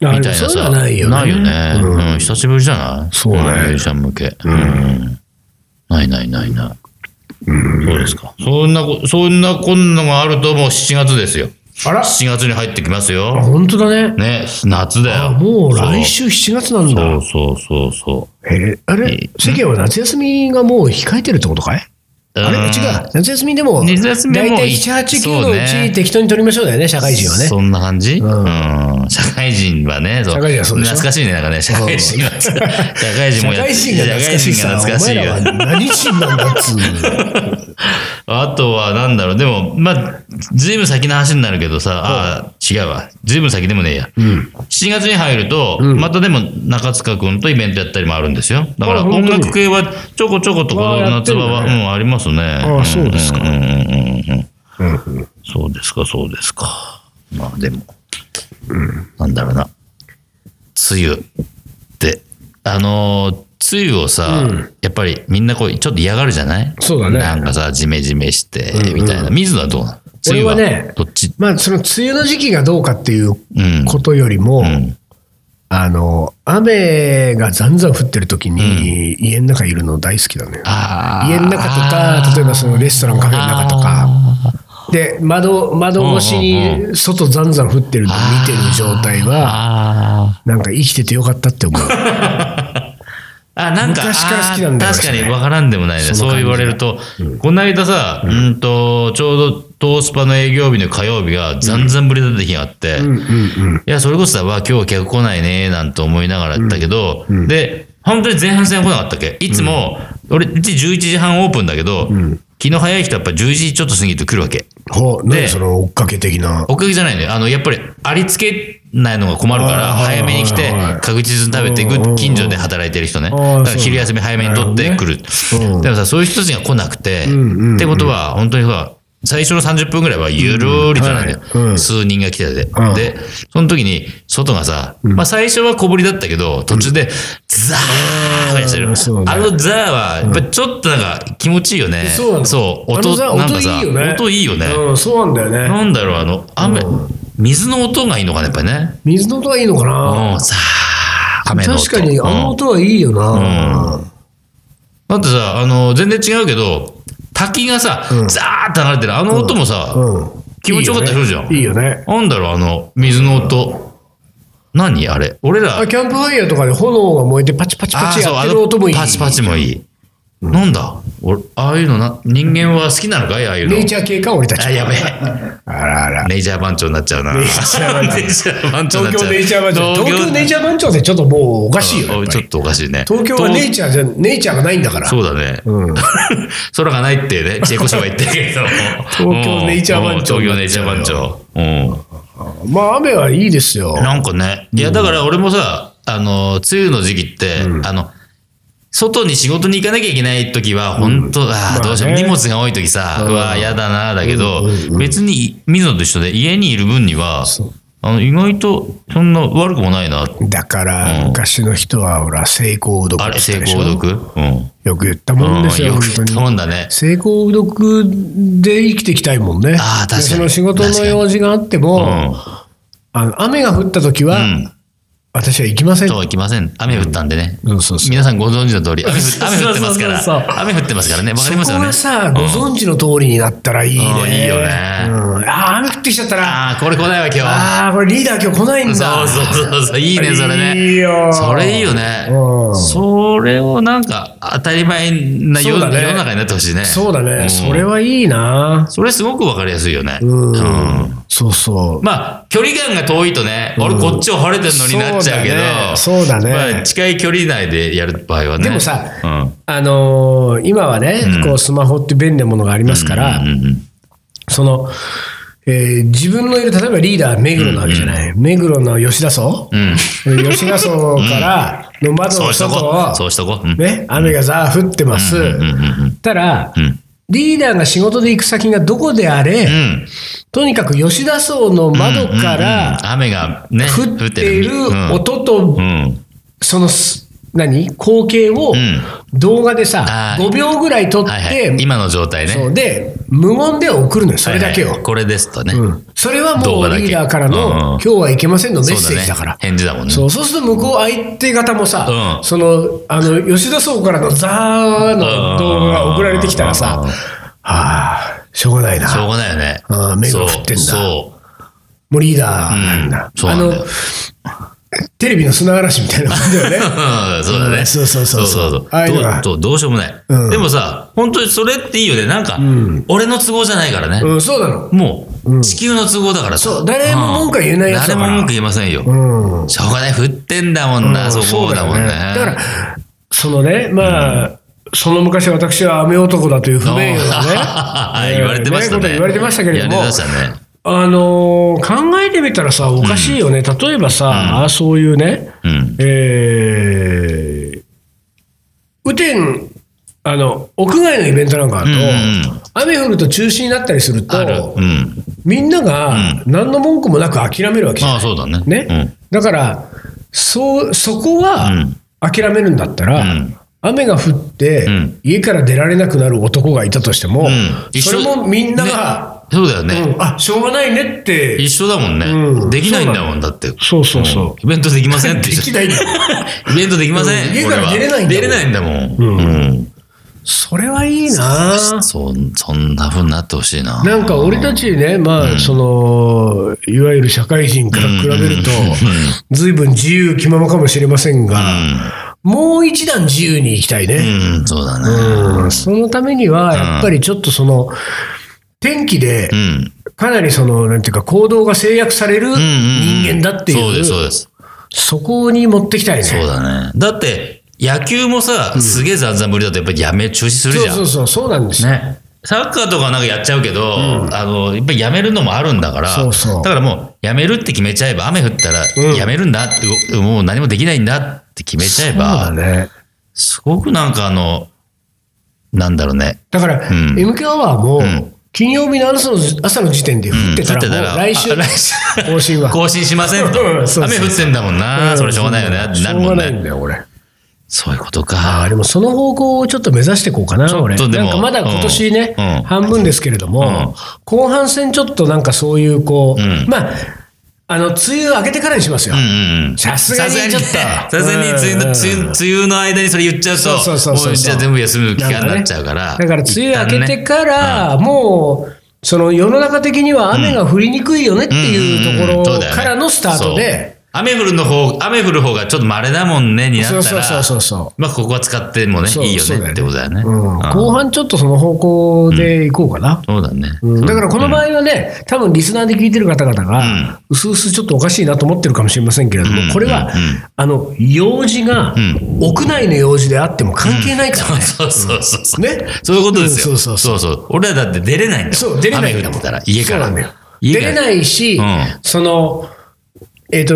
[SPEAKER 2] み
[SPEAKER 1] あ
[SPEAKER 2] たい
[SPEAKER 1] で
[SPEAKER 2] な
[SPEAKER 1] も
[SPEAKER 2] さ。
[SPEAKER 1] そういうのはないよね。
[SPEAKER 2] ないよね。うん、久しぶりじゃない
[SPEAKER 1] そうね
[SPEAKER 2] んミュージシャン向け。うん。ないないないない。そうですか。そんなこ、そんなこんなのがあるともう7月ですよ。
[SPEAKER 1] あら、
[SPEAKER 2] 7月に入ってきます
[SPEAKER 1] あ
[SPEAKER 2] よ。
[SPEAKER 1] 本当だね。
[SPEAKER 2] ね、夏だ
[SPEAKER 1] あ
[SPEAKER 2] よ。
[SPEAKER 1] もう来週7月なん
[SPEAKER 2] そ
[SPEAKER 1] だ
[SPEAKER 2] う。そうそうそうそう。
[SPEAKER 1] えあれ、世間は夏休みがもう控えてるってことかいあれ違
[SPEAKER 2] ん
[SPEAKER 1] う。夏休みでも、
[SPEAKER 2] 夏休みは
[SPEAKER 1] 大
[SPEAKER 2] もう
[SPEAKER 1] 体7、8、9
[SPEAKER 2] そう
[SPEAKER 1] のう
[SPEAKER 2] ね
[SPEAKER 1] ち適当に取りましょうだよね、社会人はね。
[SPEAKER 2] そんな感じ、うんん、社会人はね、そう
[SPEAKER 1] 社会人はそうでしょ
[SPEAKER 2] 懐かしいね、なんかね、社会人は。 社会人
[SPEAKER 1] 社
[SPEAKER 2] もやっ
[SPEAKER 1] 会人が懐かしい
[SPEAKER 2] 社
[SPEAKER 1] さ、お
[SPEAKER 2] 会人が懐かし
[SPEAKER 1] 前
[SPEAKER 2] いよ
[SPEAKER 1] らは。何人なんだっつうの。
[SPEAKER 2] あとは、なんだろう、でも、まあ、ずいぶん先の話になるけどさ、ああ、違うわ。ずいぶん先でもねえや。
[SPEAKER 1] うん。
[SPEAKER 2] 7月に入ると、またでも中塚君とイベントやったりもあるんですよ。だか
[SPEAKER 1] あ
[SPEAKER 2] ら
[SPEAKER 1] 本当に
[SPEAKER 2] 音楽系はちょこちょことこ
[SPEAKER 1] ああ
[SPEAKER 2] の
[SPEAKER 1] やって
[SPEAKER 2] 夏
[SPEAKER 1] んだ
[SPEAKER 2] 場
[SPEAKER 1] ね
[SPEAKER 2] は、うん、ありますね。
[SPEAKER 1] ああそうですか
[SPEAKER 2] うんうんうんうんうん
[SPEAKER 1] うんうん
[SPEAKER 2] そうですか、そうですか。まあでも、なんだろうな。梅雨って、あのー梅雨をさ、
[SPEAKER 1] うん
[SPEAKER 2] やっぱりみんなこう、ちょっと嫌がるじゃない
[SPEAKER 1] そうだね
[SPEAKER 2] なんかさ、ジメジメして
[SPEAKER 1] うんう、ん
[SPEAKER 2] みたいな。水野はどうなの梅
[SPEAKER 1] 俺
[SPEAKER 2] 雨
[SPEAKER 1] は
[SPEAKER 2] は
[SPEAKER 1] ね
[SPEAKER 2] どっち
[SPEAKER 1] まあ、その梅雨の時期がどうかっていう
[SPEAKER 2] うん。
[SPEAKER 1] ことよりも、
[SPEAKER 2] うん
[SPEAKER 1] あの、雨がざんざん降ってる時に、家の中いるの大好きだね。
[SPEAKER 2] あー
[SPEAKER 1] 家の中とか、例えばそのレストラン、カフェの中とか。で、窓、窓越し
[SPEAKER 2] うん
[SPEAKER 1] に外ざんざん降ってるのを見てる状態は、
[SPEAKER 2] あー
[SPEAKER 1] なんか生きててよかったって思 う。
[SPEAKER 2] あ、なんか、
[SPEAKER 1] 昔から好きなんだ
[SPEAKER 2] あー
[SPEAKER 1] よ
[SPEAKER 2] 確
[SPEAKER 1] 私
[SPEAKER 2] かに
[SPEAKER 1] ね
[SPEAKER 2] わからんでもないね。
[SPEAKER 1] そ
[SPEAKER 2] そ
[SPEAKER 1] の
[SPEAKER 2] う
[SPEAKER 1] 感じが
[SPEAKER 2] 言われると、この間さ、うんと、ちょうどトースパの営業日の火曜日がざんざんぶりだった日があって、
[SPEAKER 1] うんうんうん。
[SPEAKER 2] いや、それこそさ、わ今日は客来ないね、なんて思いながらだったけど、で、本当に前半戦来なかったっけいつも、俺、うち11時半オープンだけど、昨日早い人はやっぱ11時ちょっと過ぎると来るわけ。
[SPEAKER 1] ほう、
[SPEAKER 2] で
[SPEAKER 1] 何その追っかけ的な。
[SPEAKER 2] おかげじゃないんだよ。あの、やっぱり、ありつけないのが困るから、
[SPEAKER 1] はい
[SPEAKER 2] 早めに来て
[SPEAKER 1] はいはいはい、
[SPEAKER 2] 確実に食べてい
[SPEAKER 1] うんうんう
[SPEAKER 2] く、
[SPEAKER 1] ん
[SPEAKER 2] 近所で働いてる人ね。だ
[SPEAKER 1] あー
[SPEAKER 2] から昼休み早めに取ってくる。
[SPEAKER 1] うん
[SPEAKER 2] でもさ、そういう人たちが来なくて
[SPEAKER 1] んうんう、ん
[SPEAKER 2] ってことは、本当にさ、最初の30分ぐらいはゆるーりとなんだよ
[SPEAKER 1] うんは。い
[SPEAKER 2] 数人が来てて
[SPEAKER 1] ん。
[SPEAKER 2] で、その時に、外がさ、まあ最初は小ぶりだったけど、途中で、ザーッしてる
[SPEAKER 1] うんそう。ね
[SPEAKER 2] あのザーは、やっぱりちょっとなんか気持ちいいよね。
[SPEAKER 1] そうなの
[SPEAKER 2] そう。
[SPEAKER 1] あの
[SPEAKER 2] 音、
[SPEAKER 1] さ
[SPEAKER 2] なんか
[SPEAKER 1] 音
[SPEAKER 2] さ
[SPEAKER 1] いいよね、
[SPEAKER 2] 音いいよね。
[SPEAKER 1] うん、そうなんだよね。
[SPEAKER 2] なんだろう、あの、雨、水の音がいいのかね、やっぱりね。
[SPEAKER 1] 水の音はいいのかな
[SPEAKER 2] うん、さあ、雨の音。
[SPEAKER 1] 確かに、あの
[SPEAKER 2] うん
[SPEAKER 1] 音はいいよな。
[SPEAKER 2] だってさ、あの、全然違うけど、滝がさ、ザーって流れてる、あの音もさ、
[SPEAKER 1] うん。
[SPEAKER 2] 気持ちよかったりするじゃん
[SPEAKER 1] いいよね。
[SPEAKER 2] なんだろう、あの、水の音。何あれ俺ら
[SPEAKER 1] あ、キャンプファイヤーとかで炎が燃えてパチパチパチ
[SPEAKER 2] あーそう
[SPEAKER 1] やっ
[SPEAKER 2] あ
[SPEAKER 1] て
[SPEAKER 2] の
[SPEAKER 1] る音もいい。
[SPEAKER 2] パチパチもいい。なんだ俺、ああいうのな、人間は好きなのかいああいうの
[SPEAKER 1] ネイ。チャー系か、俺たち。
[SPEAKER 2] あ、やべえ。
[SPEAKER 1] あらあら。
[SPEAKER 2] ネイチャー番長になっちゃうな。ネイチ
[SPEAKER 1] ャー番長
[SPEAKER 2] 番長になっ
[SPEAKER 1] 東
[SPEAKER 2] ちゃ
[SPEAKER 1] 京
[SPEAKER 2] う
[SPEAKER 1] ネイチャー番長。東京ネイチャー番長ってちょっともうおかしいよ。やっぱ
[SPEAKER 2] あ
[SPEAKER 1] り
[SPEAKER 2] ちょっとおかしいね。
[SPEAKER 1] 東京はネイチャーじゃ、ネイチャーがないんだから。
[SPEAKER 2] そうだね。
[SPEAKER 1] うん。
[SPEAKER 2] 空がないってね、チェコシは言ってるけど。
[SPEAKER 1] 東京ネイチャー番長
[SPEAKER 2] うん東京ネイチャー番長。う
[SPEAKER 1] まあ、雨はいいですよ
[SPEAKER 2] ん。。なんかね、いや、だから俺もさ、あの、梅雨の時期って、あの、外に仕事に行かなきゃいけない時は、本当だ、
[SPEAKER 1] まあね
[SPEAKER 2] どうしても荷物が多い時さ、うわ、嫌だな、だけど
[SPEAKER 1] うんうんう、ん
[SPEAKER 2] 別に、水野と一緒で、家にいる分には、
[SPEAKER 1] そう
[SPEAKER 2] あの意外とそんな悪くもないな。
[SPEAKER 1] だから、
[SPEAKER 2] うん
[SPEAKER 1] 昔の人はほら成功うどくっ
[SPEAKER 2] あ
[SPEAKER 1] て言っ
[SPEAKER 2] れ、成
[SPEAKER 1] たでしょ
[SPEAKER 2] 功毒うん。
[SPEAKER 1] よく言ったもんですよ、
[SPEAKER 2] うんよく
[SPEAKER 1] 本
[SPEAKER 2] 言っ
[SPEAKER 1] 当
[SPEAKER 2] た
[SPEAKER 1] に
[SPEAKER 2] もんだね。
[SPEAKER 1] 成功うどくで生きていきたいもんね
[SPEAKER 2] ああ確かに
[SPEAKER 1] でその仕事の用事があって
[SPEAKER 2] う
[SPEAKER 1] も、
[SPEAKER 2] ん。
[SPEAKER 1] あの雨が降った時
[SPEAKER 2] う
[SPEAKER 1] は、
[SPEAKER 2] ん。
[SPEAKER 1] 私は行きません
[SPEAKER 2] そう、いきません。雨降ったんでね。
[SPEAKER 1] そうそうそう
[SPEAKER 2] 皆さんご存知の通り、 雨降雨降ってます
[SPEAKER 1] そ
[SPEAKER 2] か
[SPEAKER 1] うそうそうそう
[SPEAKER 2] ら。雨降ってますからね。わかります
[SPEAKER 1] そ
[SPEAKER 2] よ
[SPEAKER 1] こ
[SPEAKER 2] ね。
[SPEAKER 1] がさ、ご存知の通りになったらいいね。
[SPEAKER 2] うんいいよね
[SPEAKER 1] うんああ、雨降ってきちゃったな。
[SPEAKER 2] ああ、これ来ないわ、今日。
[SPEAKER 1] ああ、これリーダー今日来ないんだ。
[SPEAKER 2] そうそうそうそう、いいね、それね。
[SPEAKER 1] いいよ
[SPEAKER 2] それいいよね。
[SPEAKER 1] うん
[SPEAKER 2] それをなんか当たり前な世,、
[SPEAKER 1] そうだね
[SPEAKER 2] 世の中になってほしいね。
[SPEAKER 1] そうだね。
[SPEAKER 2] ん
[SPEAKER 1] それはいいな。
[SPEAKER 2] それすごくわかりやすいよね。
[SPEAKER 1] うん
[SPEAKER 2] うん。
[SPEAKER 1] そうそう。
[SPEAKER 2] まあ、距離感が遠いとね、俺こっちを晴れてるのになっちゃうけど、
[SPEAKER 1] そうだねそうだね
[SPEAKER 2] まあ、近い距離内でやる場合はね。
[SPEAKER 1] でもさ
[SPEAKER 2] うん、
[SPEAKER 1] あのー今はね、
[SPEAKER 2] うん
[SPEAKER 1] こうスマホって便利なものがありますから、
[SPEAKER 2] うんうんうん
[SPEAKER 1] その、えー自分のいる、例えばリーダー、目黒なわけじゃない。目黒の吉田荘、
[SPEAKER 2] うん
[SPEAKER 1] 吉田荘からの窓
[SPEAKER 2] そ
[SPEAKER 1] の
[SPEAKER 2] うしと
[SPEAKER 1] 外
[SPEAKER 2] こう。そ
[SPEAKER 1] を、
[SPEAKER 2] うしとこう。うん
[SPEAKER 1] ね、雨がザー降ってます。
[SPEAKER 2] うんうんうん
[SPEAKER 1] たら、
[SPEAKER 2] うん
[SPEAKER 1] リーダーが仕事で行く先がどこであれ、
[SPEAKER 2] うん
[SPEAKER 1] とにかく吉田荘の窓か
[SPEAKER 2] うんうんうん
[SPEAKER 1] ら
[SPEAKER 2] 雨がね、
[SPEAKER 1] 降っている
[SPEAKER 2] うん
[SPEAKER 1] 音と
[SPEAKER 2] う、ん。
[SPEAKER 1] そのす、何光景を
[SPEAKER 2] ん
[SPEAKER 1] 動画でさ
[SPEAKER 2] あ、ー
[SPEAKER 1] 5秒ぐらい撮っ
[SPEAKER 2] はいはい。
[SPEAKER 1] て、
[SPEAKER 2] 今の状態ね。
[SPEAKER 1] そうで、無言で送るのよ、それだけ
[SPEAKER 2] はいはい
[SPEAKER 1] を。
[SPEAKER 2] これですとね。
[SPEAKER 1] うんそれは
[SPEAKER 2] 動
[SPEAKER 1] もう
[SPEAKER 2] 画だけ
[SPEAKER 1] リーダーから
[SPEAKER 2] うん
[SPEAKER 1] の、今日はいけませんのメッ
[SPEAKER 2] そう
[SPEAKER 1] セージだから
[SPEAKER 2] ね。。返事だもんね。
[SPEAKER 1] そうそうすると向こう相手方もさ、
[SPEAKER 2] うん
[SPEAKER 1] そのあの吉田荘からのザーの動画が送られてきたらさ、
[SPEAKER 2] う
[SPEAKER 1] あ
[SPEAKER 2] ん
[SPEAKER 1] あ、しょうがないな、
[SPEAKER 2] しょうがないよね。
[SPEAKER 1] あー目が降ってんだ
[SPEAKER 2] そう。
[SPEAKER 1] もうリーダーなんだ。
[SPEAKER 2] うんそうなんだよ
[SPEAKER 1] あのテレビの砂嵐みたいな感じだよ ね。
[SPEAKER 2] うんそうだ
[SPEAKER 1] うん
[SPEAKER 2] ね。
[SPEAKER 1] そうそうそうそう
[SPEAKER 2] そう
[SPEAKER 1] ああいうのが
[SPEAKER 2] どうどうどうしようもない、
[SPEAKER 1] うん
[SPEAKER 2] でもさ、本当にそれっていいよね。なんか、
[SPEAKER 1] ん
[SPEAKER 2] 俺の都合じゃないからね。
[SPEAKER 1] うん、そうなの。
[SPEAKER 2] もう、地球の都合だからさ
[SPEAKER 1] そう誰も文句は言えないやつだから
[SPEAKER 2] 誰も文句言えませんよ。
[SPEAKER 1] うん。
[SPEAKER 2] しょうがない、降ってんだもんな、
[SPEAKER 1] うん
[SPEAKER 2] そこだもんね。、
[SPEAKER 1] よだから、そのね、まあ、その昔私は雨男だという不便をね
[SPEAKER 2] 言われてました
[SPEAKER 1] こと
[SPEAKER 2] ね。
[SPEAKER 1] 言われてましたけれど
[SPEAKER 2] 言
[SPEAKER 1] も
[SPEAKER 2] われてま、したね。
[SPEAKER 1] あのー考えてみたらさ、おかしいよね。例えばさ、そういうね、
[SPEAKER 2] うん。
[SPEAKER 1] えー、雨天、あの、屋外のイベントなんかだと、
[SPEAKER 2] うんうん
[SPEAKER 1] 雨降ると中止になったりする
[SPEAKER 2] ある。
[SPEAKER 1] と
[SPEAKER 2] う、ん。
[SPEAKER 1] みんなが何の文句もなく諦めるわけじゃ
[SPEAKER 2] あ
[SPEAKER 1] ん
[SPEAKER 2] あ、そうだね。
[SPEAKER 1] ね、だからそうそこは
[SPEAKER 2] うん
[SPEAKER 1] 諦めるんだったら、
[SPEAKER 2] うん
[SPEAKER 1] 雨が降って、
[SPEAKER 2] うん
[SPEAKER 1] 家から出られなくなる男がいたとしても、
[SPEAKER 2] うん
[SPEAKER 1] それもみんなが、
[SPEAKER 2] うん。そうだよね。
[SPEAKER 1] うんあしょうがないねって
[SPEAKER 2] 一緒だもんね、
[SPEAKER 1] うん
[SPEAKER 2] できないんだもんだって
[SPEAKER 1] そうそうそう
[SPEAKER 2] イベントできませんっ
[SPEAKER 1] で
[SPEAKER 2] て言っ
[SPEAKER 1] き
[SPEAKER 2] ちゃ
[SPEAKER 1] な
[SPEAKER 2] う
[SPEAKER 1] いんだ
[SPEAKER 2] イベントできません、
[SPEAKER 1] うん家
[SPEAKER 2] 俺
[SPEAKER 1] から
[SPEAKER 2] は
[SPEAKER 1] 出れないんだもん
[SPEAKER 2] 出れないんだもん、
[SPEAKER 1] うん
[SPEAKER 2] うん
[SPEAKER 1] それはいいな
[SPEAKER 2] そうそんなふうになってほしいな
[SPEAKER 1] なんか俺たちね、まあ、その、いわゆる社会人から比べると、随分自由気ままかもしれませんが、もう一段自由に行きたいね。
[SPEAKER 2] うん、うん、そうだね
[SPEAKER 1] うんそのためには、やっぱりちょっとその、天気で
[SPEAKER 2] う、ん
[SPEAKER 1] かなりその、なんていうか、行動が制約される
[SPEAKER 2] うんうん
[SPEAKER 1] 人間だってい
[SPEAKER 2] そうですそう
[SPEAKER 1] う、
[SPEAKER 2] です
[SPEAKER 1] そこに持ってきたいね。
[SPEAKER 2] そうだねだって野球もさすげえざんざんぶりだとやっぱりやめ中止するじゃん
[SPEAKER 1] そうそうそう、そうなんですよ。
[SPEAKER 2] ね。サッカーとかなんかやっちゃうけど、あの、やっぱりやめるのもあるんだから、
[SPEAKER 1] そうそう
[SPEAKER 2] だからもう、やめるって決めちゃえば、雨降ったら
[SPEAKER 1] うん、
[SPEAKER 2] やめるんだって、もう何もできないんだって決めちゃえ
[SPEAKER 1] そうだ
[SPEAKER 2] ば、
[SPEAKER 1] ね。
[SPEAKER 2] すごくなんかあの、なんだろうね。
[SPEAKER 1] だから、
[SPEAKER 2] うん
[SPEAKER 1] MK アワーも
[SPEAKER 2] ん、
[SPEAKER 1] 金曜日の朝の朝の時点で降ってた
[SPEAKER 2] うん降ってた
[SPEAKER 1] ら、
[SPEAKER 2] ら
[SPEAKER 1] もう来週
[SPEAKER 2] あ来週、
[SPEAKER 1] 更新は。
[SPEAKER 2] 更新しませんと。
[SPEAKER 1] うん そうそう
[SPEAKER 2] 雨降ってんだもんな、それしょうがないよねって
[SPEAKER 1] し
[SPEAKER 2] な
[SPEAKER 1] ょ
[SPEAKER 2] る
[SPEAKER 1] う
[SPEAKER 2] も
[SPEAKER 1] が
[SPEAKER 2] ん
[SPEAKER 1] ないん
[SPEAKER 2] ね。
[SPEAKER 1] だよ、俺。
[SPEAKER 2] そういうこと
[SPEAKER 1] あ
[SPEAKER 2] か。
[SPEAKER 1] あ、でもその方向をちょっと目指していこうかな、俺。
[SPEAKER 2] でも
[SPEAKER 1] なんかまだ今年ね、
[SPEAKER 2] うんうん
[SPEAKER 1] 半分ですけれども、後半戦ちょっとなんかそういう、こう、
[SPEAKER 2] うん
[SPEAKER 1] まあ、あの、梅雨明けてからにしますよ
[SPEAKER 2] うん。うんうん。
[SPEAKER 1] さすがにちょっと
[SPEAKER 2] さすがにねさすがに梅雨
[SPEAKER 1] うん
[SPEAKER 2] の、梅雨梅雨の間にそれ言っちゃうと、
[SPEAKER 1] そうそうそうそう
[SPEAKER 2] もうじゃあ全部休む期間になっちゃう
[SPEAKER 1] な
[SPEAKER 2] から。
[SPEAKER 1] んかねだから梅雨明けてから、
[SPEAKER 2] 一旦ね
[SPEAKER 1] もう、その世の中的には雨が降りにくいよねっていうところからのスタートで、
[SPEAKER 2] そう雨降るの方雨降る方がちょっと稀だもんねになった
[SPEAKER 1] そう
[SPEAKER 2] ら
[SPEAKER 1] そうそうそうそう。
[SPEAKER 2] まあここは使ってもね
[SPEAKER 1] そう
[SPEAKER 2] いいよ
[SPEAKER 1] そうだよ
[SPEAKER 2] ね
[SPEAKER 1] ね
[SPEAKER 2] ってことだよね、
[SPEAKER 1] うん、
[SPEAKER 2] あ
[SPEAKER 1] 後半ちょっとその方向でいこうかな。
[SPEAKER 2] そうだね、
[SPEAKER 1] うんだからこの場合はね、多分リスナーで聞いてる方々
[SPEAKER 2] うん
[SPEAKER 1] が、うすうすちょっとおかしいなと思ってるかもしれませんけれど
[SPEAKER 2] うん
[SPEAKER 1] も、これは
[SPEAKER 2] うん、
[SPEAKER 1] あの、用事が
[SPEAKER 2] う、ん
[SPEAKER 1] 屋内の用事であっても関係ないからね。
[SPEAKER 2] そうそうそうそう、
[SPEAKER 1] ね
[SPEAKER 2] そういうことです
[SPEAKER 1] う
[SPEAKER 2] よ
[SPEAKER 1] んそう
[SPEAKER 2] そうそう俺らだって出れないんだもん
[SPEAKER 1] そう、出れないん
[SPEAKER 2] 雨降
[SPEAKER 1] だ
[SPEAKER 2] っ
[SPEAKER 1] もん
[SPEAKER 2] てたら家から
[SPEAKER 1] そうなんだよ。
[SPEAKER 2] 家
[SPEAKER 1] 出
[SPEAKER 2] か
[SPEAKER 1] れ
[SPEAKER 2] ら
[SPEAKER 1] ないし
[SPEAKER 2] うん、
[SPEAKER 1] その、えっと、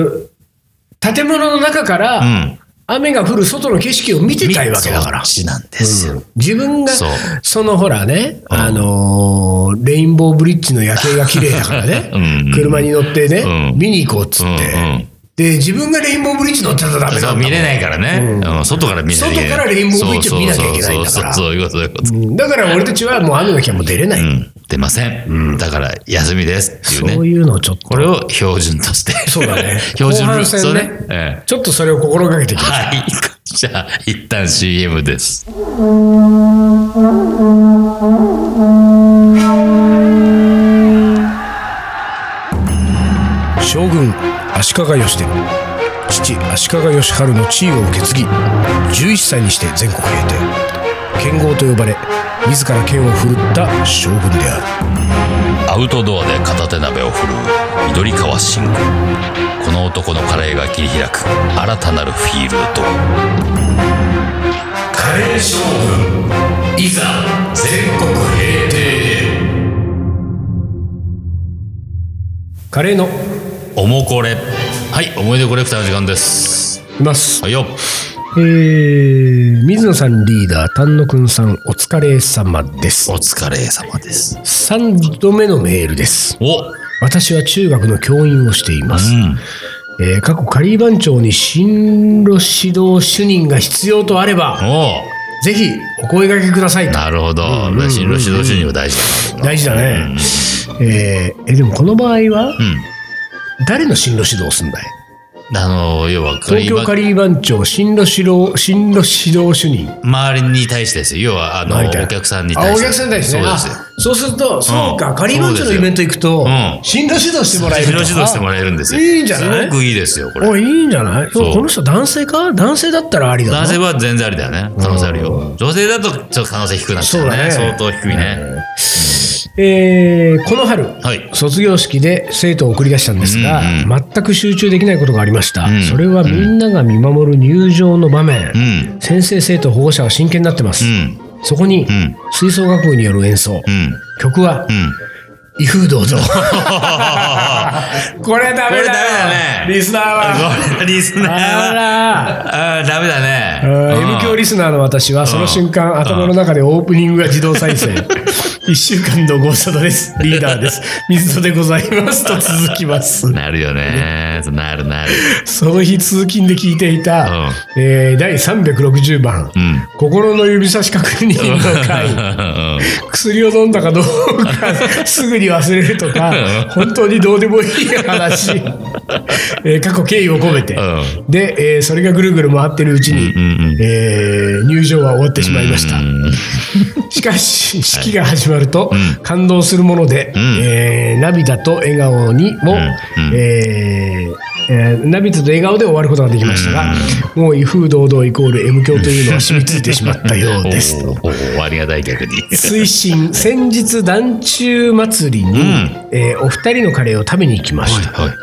[SPEAKER 1] 建物の中か
[SPEAKER 2] う
[SPEAKER 1] ら、
[SPEAKER 2] ん
[SPEAKER 1] 雨が降る外の景色を見てたいわけだから
[SPEAKER 2] そっ。ちなんですよ。
[SPEAKER 1] うん自分が
[SPEAKER 2] そう
[SPEAKER 1] そのほらね、あのーレインボーブリッジの夜景が綺麗だからね
[SPEAKER 2] うん
[SPEAKER 1] 車に乗ってね、
[SPEAKER 2] うん
[SPEAKER 1] 見に行こうっつって、
[SPEAKER 2] うんうん
[SPEAKER 1] で自分がレインボーブリッジ乗ってたらダメ
[SPEAKER 2] そ
[SPEAKER 1] な
[SPEAKER 2] うん
[SPEAKER 1] だ
[SPEAKER 2] 見れないからね。うん外から見なきゃいけない。
[SPEAKER 1] 外からレインボーブリッジを見なきゃいけないんだから
[SPEAKER 2] そうそうそうそうそういうこと、そういうこと。
[SPEAKER 1] うんだから俺たちはもう雨の日はもう出れない、
[SPEAKER 2] うん。出ません。だから、休みですっていう
[SPEAKER 1] そ
[SPEAKER 2] ね
[SPEAKER 1] う。いうのをちょっ と
[SPEAKER 2] これを標準として。
[SPEAKER 1] そうだね
[SPEAKER 2] 標準
[SPEAKER 1] 後半
[SPEAKER 2] ルール
[SPEAKER 1] 戦ね
[SPEAKER 2] そうええ
[SPEAKER 1] ちょっとそれを心がけていきましょう
[SPEAKER 2] はい。じゃあ、一旦 CM です。
[SPEAKER 1] 将軍足利義で父足利義晴の地位を受け継ぎ11歳にして全国平定剣豪と呼ばれ自ら剣を振るった将軍である
[SPEAKER 2] アウトドアで片手鍋を振るう緑川信吾この男のカレーが切り開く新たなるフィールドカレー将軍いざ全国平定へ
[SPEAKER 1] カレーの
[SPEAKER 2] おもこれはい思い出コレクターの時間です
[SPEAKER 1] います
[SPEAKER 2] はいよ
[SPEAKER 1] えー、水野さんリーダー丹野くんさんお疲れ様です
[SPEAKER 2] お疲れ様です
[SPEAKER 1] 3度目のメールです
[SPEAKER 2] おう
[SPEAKER 1] 私は中学の教員をしています、
[SPEAKER 2] ん
[SPEAKER 1] えー過去カリー番長に進路指導主任が必要とあれば
[SPEAKER 2] お
[SPEAKER 1] ぜひお声掛けくださいうと
[SPEAKER 2] なるほど進路指導主任は大事だ
[SPEAKER 1] 大事だね。えーえ、でもこの場合は
[SPEAKER 2] う、ん
[SPEAKER 1] 誰の進路指導をすんだい
[SPEAKER 2] あの要は
[SPEAKER 1] 東京カリー番長進路指導、進路指導主任。
[SPEAKER 2] 周りに対してですよ要はあの
[SPEAKER 1] 周りに対
[SPEAKER 2] お客さんに
[SPEAKER 1] あ、
[SPEAKER 2] 対
[SPEAKER 1] お
[SPEAKER 2] して
[SPEAKER 1] 客さんに対してね。
[SPEAKER 2] そう
[SPEAKER 1] あ
[SPEAKER 2] ですよ
[SPEAKER 1] そうすると、そうか、
[SPEAKER 2] うん
[SPEAKER 1] カリー番長のイベント行くと、
[SPEAKER 2] うん
[SPEAKER 1] 進路指導してもらえる
[SPEAKER 2] 指
[SPEAKER 1] と。
[SPEAKER 2] 導指導してもらえるんですよ。
[SPEAKER 1] あいいんじゃない
[SPEAKER 2] すごくいいですよ、これ。
[SPEAKER 1] おいいいんじゃない
[SPEAKER 2] そう
[SPEAKER 1] この人男性か男性だったらありだな。
[SPEAKER 2] 男性は全然ありだよね。可能性あるよ。女性だとちょっと可能性低くなっちゃう
[SPEAKER 1] そうだ
[SPEAKER 2] ね。
[SPEAKER 1] ね
[SPEAKER 2] 相当低いね。
[SPEAKER 1] えーこの春、
[SPEAKER 2] はい。
[SPEAKER 1] 卒業式で生徒を送り出したんですが、
[SPEAKER 2] うん
[SPEAKER 1] 全く集中できないことがありました。
[SPEAKER 2] うん
[SPEAKER 1] それはみんなが見守る入場の場面。
[SPEAKER 2] うん。
[SPEAKER 1] 先生生徒保護者は真剣になってます、
[SPEAKER 2] うん。
[SPEAKER 1] そこに、
[SPEAKER 2] うん。
[SPEAKER 1] 吹奏楽部による演奏、
[SPEAKER 2] うん。
[SPEAKER 1] 曲は
[SPEAKER 2] うん。
[SPEAKER 1] 「威風堂々」 これダメだよ
[SPEAKER 2] これダメだね
[SPEAKER 1] リスナーは
[SPEAKER 2] これリスナ
[SPEAKER 1] あ
[SPEAKER 2] ーは。
[SPEAKER 1] ら
[SPEAKER 2] あーダメだね。うん
[SPEAKER 1] M 教リスナーの私はその瞬間頭の中でオープニングが自動再 生1週間のご無沙汰ですリーダーです水戸でございますと続きます
[SPEAKER 2] なるよね。なるなる。
[SPEAKER 1] その日通勤で聞いていた、えー第360番
[SPEAKER 2] うん。
[SPEAKER 1] 「心の指差し確認」の回
[SPEAKER 2] うん
[SPEAKER 1] 薬を飲んだかどう かすぐに忘れるとか本当にどうでもいい 話、えー過去敬意を込めて、
[SPEAKER 2] う
[SPEAKER 1] で、えーそれがぐるぐる回ってるうちに、
[SPEAKER 2] うんうん
[SPEAKER 1] えー入場は終わってしまいました、
[SPEAKER 2] うん
[SPEAKER 1] しかし式が始まると、
[SPEAKER 2] うん
[SPEAKER 1] 感動するもので、
[SPEAKER 2] うん
[SPEAKER 1] えー涙と笑顔にも、
[SPEAKER 2] んうん
[SPEAKER 1] えーえー涙と笑顔で終わることができましたが、もう威風堂々イコール M 教というのは染みついてしまったようですと。
[SPEAKER 2] おーおーありがたい逆に。
[SPEAKER 1] 推進先日団中祭りに、
[SPEAKER 2] ん
[SPEAKER 1] えーお二人のカレーを食べに行きました、
[SPEAKER 2] はいはい。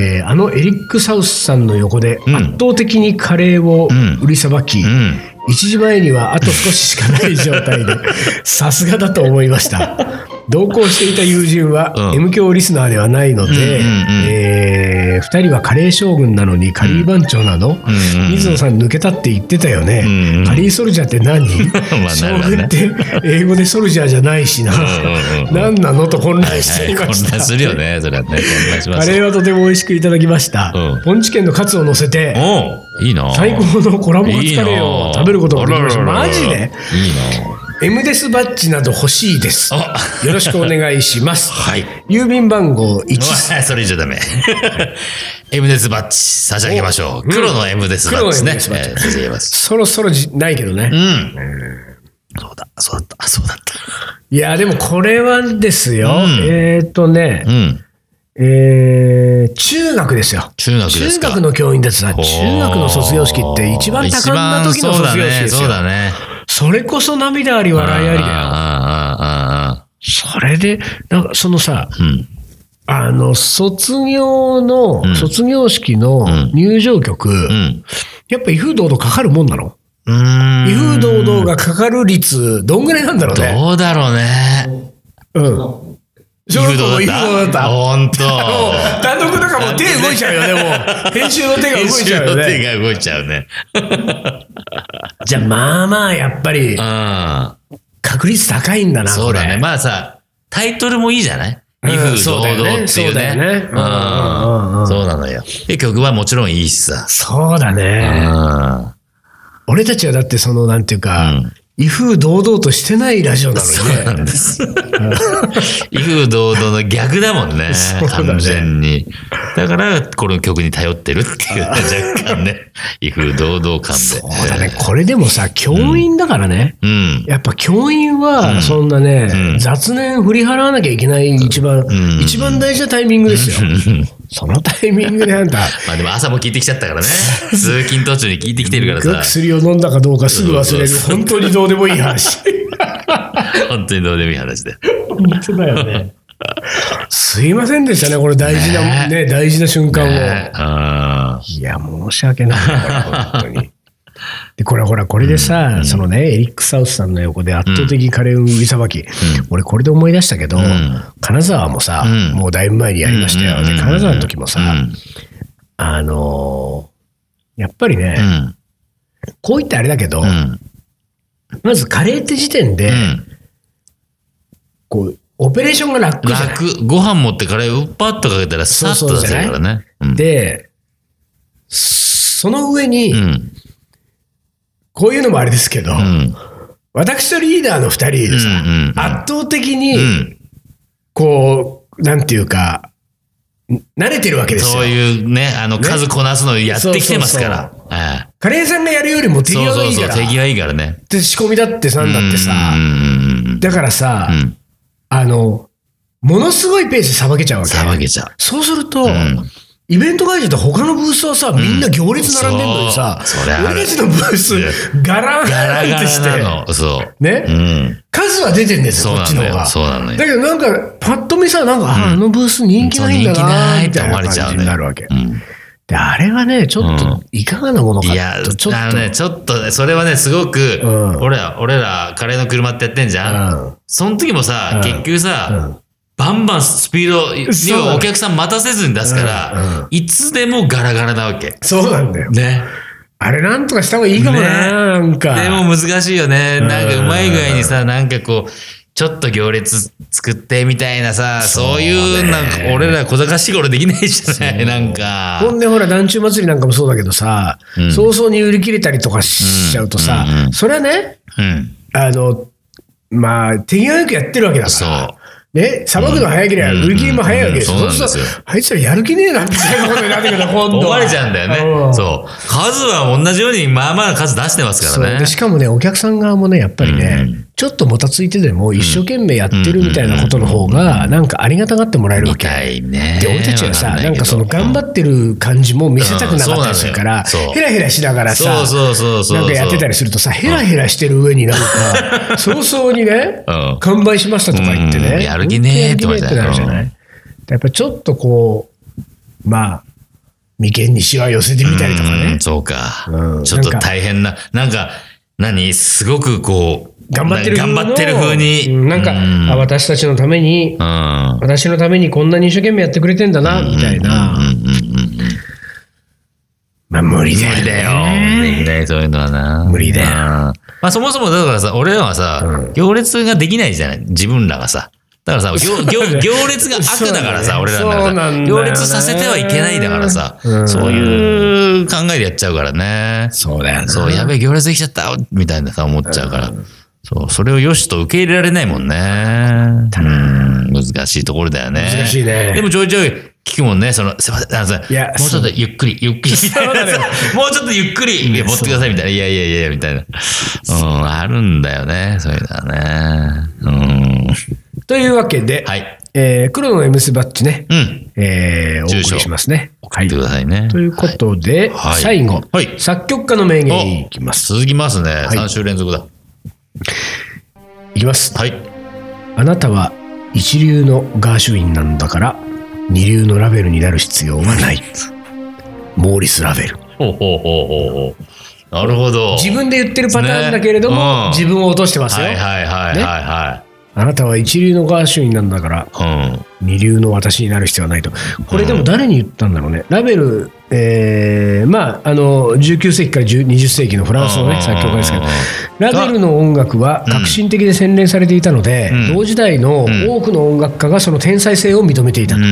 [SPEAKER 1] えーあのエリック・サウスさんの横で
[SPEAKER 2] ん
[SPEAKER 1] 圧倒的にカレーを
[SPEAKER 2] ん
[SPEAKER 1] 売りさばき、
[SPEAKER 2] うん。
[SPEAKER 1] 1時前にはあと少ししかない状態でさすがだと思いました同行していた友人は、
[SPEAKER 2] うん
[SPEAKER 1] M 教リスナーではないので、
[SPEAKER 2] うんうんうん
[SPEAKER 1] え2人はカレー将軍なのにカリー番長なの、
[SPEAKER 2] うんうん
[SPEAKER 1] 水野さん抜けたって言ってたよね、
[SPEAKER 2] うんうん
[SPEAKER 1] カリーソルジャーって何
[SPEAKER 2] まあ
[SPEAKER 1] 将
[SPEAKER 2] なるほど
[SPEAKER 1] 軍
[SPEAKER 2] ね
[SPEAKER 1] って英語でソルジャーじゃないしな
[SPEAKER 2] うんうんう
[SPEAKER 1] 何
[SPEAKER 2] ん
[SPEAKER 1] なのと混乱
[SPEAKER 2] はい
[SPEAKER 1] し
[SPEAKER 2] は
[SPEAKER 1] て
[SPEAKER 2] い、
[SPEAKER 1] い
[SPEAKER 2] 混
[SPEAKER 1] ま
[SPEAKER 2] 乱
[SPEAKER 1] した、
[SPEAKER 2] するよね、それはね、混乱しま
[SPEAKER 1] カ
[SPEAKER 2] す
[SPEAKER 1] レー
[SPEAKER 2] よ。
[SPEAKER 1] はとても美味しくいただきました、
[SPEAKER 2] うん
[SPEAKER 1] ポンチ県のカツを乗せて
[SPEAKER 2] おういいな。
[SPEAKER 1] 最高のコラボカツカレー
[SPEAKER 2] いいな
[SPEAKER 1] を食べることができました
[SPEAKER 2] あらららら
[SPEAKER 1] マジで
[SPEAKER 2] いいな。
[SPEAKER 1] M デスバッジなど欲しいです
[SPEAKER 2] あ
[SPEAKER 1] よろしくお願いします
[SPEAKER 2] はい
[SPEAKER 1] 郵便番号1
[SPEAKER 2] おいそれじゃ ダメ。エムデスバッジ差し上げましょう。黒のエムデスバッジ
[SPEAKER 1] 黒の
[SPEAKER 2] ね。
[SPEAKER 1] エムデスバッジ
[SPEAKER 2] えー差し上げます。
[SPEAKER 1] そろそろじないけどね、
[SPEAKER 2] うん。そうだ、そうだった、そうだった。
[SPEAKER 1] いやでもこれはですよ、
[SPEAKER 2] うん
[SPEAKER 1] えっ、とね、
[SPEAKER 2] うん。
[SPEAKER 1] えー中学ですよ
[SPEAKER 2] 中学です
[SPEAKER 1] 中
[SPEAKER 2] か。
[SPEAKER 1] 学の教員でさ中学の卒業式って一番多感な時の卒業式です
[SPEAKER 2] 一番そう
[SPEAKER 1] よ
[SPEAKER 2] だね、そうだね。
[SPEAKER 1] それこそ涙あり笑いありだよ
[SPEAKER 2] あ
[SPEAKER 1] それでなんかそのさ
[SPEAKER 2] ーあーあーあーうん。
[SPEAKER 1] あの卒業の、
[SPEAKER 2] ん
[SPEAKER 1] 卒業式の
[SPEAKER 2] ん
[SPEAKER 1] 入場曲、
[SPEAKER 2] うん。
[SPEAKER 1] やっぱ威風堂々かかるもんなの
[SPEAKER 2] うーん
[SPEAKER 1] 威風堂々がかかる率どんぐらいなんだろうね。
[SPEAKER 2] どうだろうね。
[SPEAKER 1] うん。小学校も
[SPEAKER 2] い
[SPEAKER 1] い
[SPEAKER 2] い
[SPEAKER 1] い
[SPEAKER 2] 不
[SPEAKER 1] 不
[SPEAKER 2] 動
[SPEAKER 1] 動
[SPEAKER 2] だ
[SPEAKER 1] だっ
[SPEAKER 2] っ
[SPEAKER 1] たた
[SPEAKER 2] 本当
[SPEAKER 1] もう単独だからもう手動いちゃうよね、も う。編集の手が動いちゃうよね。
[SPEAKER 2] 編集の手が動いちゃうね。
[SPEAKER 1] じゃあまあまあ、やっぱり
[SPEAKER 2] うん。
[SPEAKER 1] 確率高いんだな、
[SPEAKER 2] そうだ
[SPEAKER 1] こ
[SPEAKER 2] ね。
[SPEAKER 1] れ
[SPEAKER 2] まあさ、タイトルもいいじゃない
[SPEAKER 1] うん
[SPEAKER 2] 威風
[SPEAKER 1] そう
[SPEAKER 2] 堂
[SPEAKER 1] だよね
[SPEAKER 2] 々ってい
[SPEAKER 1] そ
[SPEAKER 2] うね。
[SPEAKER 1] うだよねうんうんうん
[SPEAKER 2] う
[SPEAKER 1] うんん
[SPEAKER 2] そうなのよ。で、曲はもちろんいいしさ。
[SPEAKER 1] そうだ
[SPEAKER 2] う
[SPEAKER 1] ね。
[SPEAKER 2] ん。
[SPEAKER 1] 俺たちはだってその、なんていう
[SPEAKER 2] う
[SPEAKER 1] か
[SPEAKER 2] ん、
[SPEAKER 1] 威風堂々としてないラジオな
[SPEAKER 2] そう
[SPEAKER 1] の
[SPEAKER 2] な
[SPEAKER 1] にね。
[SPEAKER 2] ん です。威風堂々の逆だもんね。
[SPEAKER 1] そうだね
[SPEAKER 2] 完全に。だから、この曲に頼ってるっていうね、若干ね。威風堂々感で。
[SPEAKER 1] そうだね。これでもさ、教員だからね。
[SPEAKER 2] うん。
[SPEAKER 1] やっぱ教員
[SPEAKER 2] うん
[SPEAKER 1] は、そんなね、
[SPEAKER 2] うん
[SPEAKER 1] 雑念振り払わなきゃいけない一番、
[SPEAKER 2] ん
[SPEAKER 1] 一番大事なタイミングですよ。そのタイミングであん た、
[SPEAKER 2] まあでも朝も聞いてきちゃったからね。通勤途中に聞いてきてるからさ。
[SPEAKER 1] 薬を飲んだかどうかすぐ忘れる
[SPEAKER 2] そう、そう
[SPEAKER 1] 本当にどうでもいい話。
[SPEAKER 2] 本当にどうでもいい話で。
[SPEAKER 1] 本当だよね。すいませんでしたね、これ大事な、
[SPEAKER 2] ね
[SPEAKER 1] ね、大事な瞬間を。
[SPEAKER 2] ねうん
[SPEAKER 1] いや、申し訳ないな、これ、本当に。 で、これほら、これでさ、そのね、エリック・サウスさんの横で圧倒的カレー売りさばき、俺、これで思い出したけど、
[SPEAKER 2] ん
[SPEAKER 1] 金沢もさ、
[SPEAKER 2] うん
[SPEAKER 1] もうだいぶ前にやりましたよ。
[SPEAKER 2] うんうんうんうん
[SPEAKER 1] で、金沢の時もさ、
[SPEAKER 2] うん
[SPEAKER 1] あのーやっぱりね、
[SPEAKER 2] うん
[SPEAKER 1] こう言ってあれだけど、
[SPEAKER 2] うん
[SPEAKER 1] まずカレーって時点で、
[SPEAKER 2] うん
[SPEAKER 1] こう、オペレーションが楽じゃない。
[SPEAKER 2] 楽、ご飯持ってカレーをパッとかけたらさっと出せるからね。うん
[SPEAKER 1] で、その上に、
[SPEAKER 2] うん
[SPEAKER 1] こういうのもあれですけど、
[SPEAKER 2] うん
[SPEAKER 1] 私とリーダーの二人でさ、
[SPEAKER 2] うんうん
[SPEAKER 1] 圧倒的に、
[SPEAKER 2] うん
[SPEAKER 1] こう、なんていうか、ん慣れてるわけです
[SPEAKER 2] そう
[SPEAKER 1] よ。
[SPEAKER 2] いうね、あの
[SPEAKER 1] ね
[SPEAKER 2] 数こなすのやってきてますから。ええ
[SPEAKER 1] カレーさんがやるよりも手
[SPEAKER 2] そ
[SPEAKER 1] 際
[SPEAKER 2] う
[SPEAKER 1] が
[SPEAKER 2] そ
[SPEAKER 1] いうい
[SPEAKER 2] そ
[SPEAKER 1] か
[SPEAKER 2] う、
[SPEAKER 1] ら。
[SPEAKER 2] 手際いいからね。
[SPEAKER 1] で仕込みだってさんだってさ
[SPEAKER 2] う、ん
[SPEAKER 1] だからさ、
[SPEAKER 2] うんうんうんうん。
[SPEAKER 1] あの、ものすごいペースでさばけちゃうわけ。
[SPEAKER 2] 騒げちゃう。
[SPEAKER 1] そうすると、
[SPEAKER 2] ん
[SPEAKER 1] イベント会場って他のブースはさ、みんな行列並んでるのにさ、
[SPEAKER 2] そうそれある
[SPEAKER 1] 俺たちのブース
[SPEAKER 2] ね、
[SPEAKER 1] ガラ
[SPEAKER 2] ガラ
[SPEAKER 1] ーンっ
[SPEAKER 2] ガ
[SPEAKER 1] てし
[SPEAKER 2] ラ
[SPEAKER 1] て、
[SPEAKER 2] なの。そう。
[SPEAKER 1] ね、
[SPEAKER 2] うん。
[SPEAKER 1] 数は出てんですよ、
[SPEAKER 2] そう
[SPEAKER 1] こっ
[SPEAKER 2] な
[SPEAKER 1] ち
[SPEAKER 2] の
[SPEAKER 1] の方
[SPEAKER 2] よ。
[SPEAKER 1] が。
[SPEAKER 2] そうなの
[SPEAKER 1] だ
[SPEAKER 2] よ。
[SPEAKER 1] けどなんか、パッと見さ、なんか、ああのブース人気ないんだな
[SPEAKER 2] そう人気ない
[SPEAKER 1] ーみたい
[SPEAKER 2] って思わ
[SPEAKER 1] な
[SPEAKER 2] れちゃう
[SPEAKER 1] 感
[SPEAKER 2] ね
[SPEAKER 1] じになるわけ。
[SPEAKER 2] うん
[SPEAKER 1] で、あれはね、ちょっ
[SPEAKER 2] う
[SPEAKER 1] と
[SPEAKER 2] ん、
[SPEAKER 1] いかがなものか
[SPEAKER 2] いや、
[SPEAKER 1] と、ちょっ
[SPEAKER 2] あ
[SPEAKER 1] と、
[SPEAKER 2] のね、ちょっとね、それはね、すごく、
[SPEAKER 1] うん
[SPEAKER 2] 俺ら、俺ら、カレーの車ってやってんじゃん。
[SPEAKER 1] うん
[SPEAKER 2] その時もさ、
[SPEAKER 1] うん
[SPEAKER 2] 結局さ、
[SPEAKER 1] うん
[SPEAKER 2] バンバンスピード、
[SPEAKER 1] そう
[SPEAKER 2] 要はお客さん待たせずに出すから、
[SPEAKER 1] うんうん
[SPEAKER 2] いつでもガラガラなわけ。
[SPEAKER 1] そうなんだよ。
[SPEAKER 2] ね。
[SPEAKER 1] あれ、なんとかした方がいいかも
[SPEAKER 2] ね
[SPEAKER 1] な、なんか。
[SPEAKER 2] でも難しいよね。
[SPEAKER 1] うん
[SPEAKER 2] なんかうまい具合にさ、なんかこう、ちょっと行列作ってみたいなさ、そういう、なんか俺ら小賢しい頃できないじゃないなんか。
[SPEAKER 1] ほんでほら、団中祭りなんかもそうだけどさ、
[SPEAKER 2] うん
[SPEAKER 1] 早々に売り切れたりとかしちゃうとさ、
[SPEAKER 2] うんうんうん
[SPEAKER 1] それはね、
[SPEAKER 2] うん。
[SPEAKER 1] あの、まあ、手際よくやってるわけだか
[SPEAKER 2] そう
[SPEAKER 1] ら。。ね、さばくの早ければ
[SPEAKER 2] うん
[SPEAKER 1] 売り切りも早いわけですよ。
[SPEAKER 2] うんうんうん
[SPEAKER 1] そう
[SPEAKER 2] そ
[SPEAKER 1] す
[SPEAKER 2] う
[SPEAKER 1] る
[SPEAKER 2] なんです
[SPEAKER 1] と、あいつらやる気ねえなみたいなことになってくる今度は。
[SPEAKER 2] 思われちゃうんだよね。そう。数は同じように、まあまあ数出してますから
[SPEAKER 1] そう
[SPEAKER 2] ね
[SPEAKER 1] で。しかもね、お客さん側もね、やっぱりね、
[SPEAKER 2] う
[SPEAKER 1] ちょっともたついてでも、一生懸命やってるみたいなことの方が、なんかありがたがってもらえるわ
[SPEAKER 2] み
[SPEAKER 1] け。
[SPEAKER 2] たいね。
[SPEAKER 1] で、俺たちはさ、
[SPEAKER 2] わ
[SPEAKER 1] ないん
[SPEAKER 2] け
[SPEAKER 1] か
[SPEAKER 2] ど
[SPEAKER 1] その頑張ってる感じも見せたくなかったりするから、
[SPEAKER 2] うんそうなのよそう
[SPEAKER 1] ヘラヘラしながらさ、
[SPEAKER 2] そうそうそうそう。
[SPEAKER 1] なんかやってたりするとさ、ヘラヘラしてる上になんか、早々にね
[SPEAKER 2] うん、
[SPEAKER 1] 完売しましたとか言って
[SPEAKER 2] うん
[SPEAKER 1] ね、
[SPEAKER 2] やる気ねーって
[SPEAKER 1] 本当にやる気ねーってなるじゃない。
[SPEAKER 2] う
[SPEAKER 1] やっぱちょっとこう、まあ、眉間にしわ寄せてみたりとか
[SPEAKER 2] う
[SPEAKER 1] ね
[SPEAKER 2] ん、そうか、
[SPEAKER 1] うん
[SPEAKER 2] ちょっと大変な、なんか、何、すごくこう、
[SPEAKER 1] 頑張ってる風
[SPEAKER 2] 頑
[SPEAKER 1] の
[SPEAKER 2] 張ってる風に。
[SPEAKER 1] うんなんか、
[SPEAKER 2] うん
[SPEAKER 1] あ私たちのために、
[SPEAKER 2] うん
[SPEAKER 1] 私のためにこんなに一生懸命やってくれてんだな、みたいな。まあ、無理だよ、ね。
[SPEAKER 2] 無理だよ。できない、そういうのはな。
[SPEAKER 1] 無理だよ
[SPEAKER 2] うんまあ、そもそも、だからさ、俺らはさ、行列ができないじゃない自分らがさ。だ からさ、行行行列が悪だからさ、
[SPEAKER 1] そう
[SPEAKER 2] 俺
[SPEAKER 1] だ
[SPEAKER 2] ら
[SPEAKER 1] ね
[SPEAKER 2] の
[SPEAKER 1] そうな
[SPEAKER 2] 中
[SPEAKER 1] んだ
[SPEAKER 2] で。
[SPEAKER 1] よね
[SPEAKER 2] 行列させてはいけないだからさ、
[SPEAKER 1] うん
[SPEAKER 2] そういう考えでやっちゃうからね。
[SPEAKER 1] そうだよな
[SPEAKER 2] そう、やべえ、行列できちゃったみたいなさ、思っちゃうから。そう、それをよしと受け入れられないもんね。うん、難しいところだよね。
[SPEAKER 1] 難しいね
[SPEAKER 2] でもちょいちょい聞くもんね、その、すいません、あのさ
[SPEAKER 1] いや
[SPEAKER 2] もうちょっとゆっくり、ゆっくり、
[SPEAKER 1] うだね
[SPEAKER 2] もうちょっとゆっくり、いや持ってくださいみたいな、いやいやいや、みたいな。うん、あるんだよね、そういうのはね。うん。
[SPEAKER 1] というわけで、
[SPEAKER 2] はい。
[SPEAKER 1] えー黒の M スバッジね、
[SPEAKER 2] うん。
[SPEAKER 1] えーお送
[SPEAKER 2] 住所
[SPEAKER 1] りしますね。
[SPEAKER 2] 送ってくださいね。
[SPEAKER 1] ということで、
[SPEAKER 2] はい
[SPEAKER 1] 最後、
[SPEAKER 2] はい
[SPEAKER 1] 作曲家の名言
[SPEAKER 2] お
[SPEAKER 1] いきます。
[SPEAKER 2] 続きますね。
[SPEAKER 1] い
[SPEAKER 2] 3週連続だ。
[SPEAKER 1] いきます。
[SPEAKER 2] はい。
[SPEAKER 1] あなたは一流のガーシュウィンなんだから、二流のラベルになる必要はない。モーリス・ラベル。
[SPEAKER 2] ほうほうほうほうほう。なるほど。
[SPEAKER 1] 自分で言ってるパターンだけれども、
[SPEAKER 2] ねうん
[SPEAKER 1] 自分を落としてますよ。
[SPEAKER 2] はいはいはいはいはい。
[SPEAKER 1] あなたは一流のガーシュウィンなんだから、
[SPEAKER 2] うん。
[SPEAKER 1] 二流の私になる必要はないと。これでも誰に言ったんだろうね。ラベル、えーまあ、あの、19世紀から10 20世紀のフランスの
[SPEAKER 2] う
[SPEAKER 1] ね、
[SPEAKER 2] ん
[SPEAKER 1] 作曲家ですけど
[SPEAKER 2] うん、
[SPEAKER 1] ラベルの音楽は革新的で洗練されていたので、
[SPEAKER 2] うん
[SPEAKER 1] 同時代の多くの音楽家がその天才性を認めていた
[SPEAKER 2] う。ん。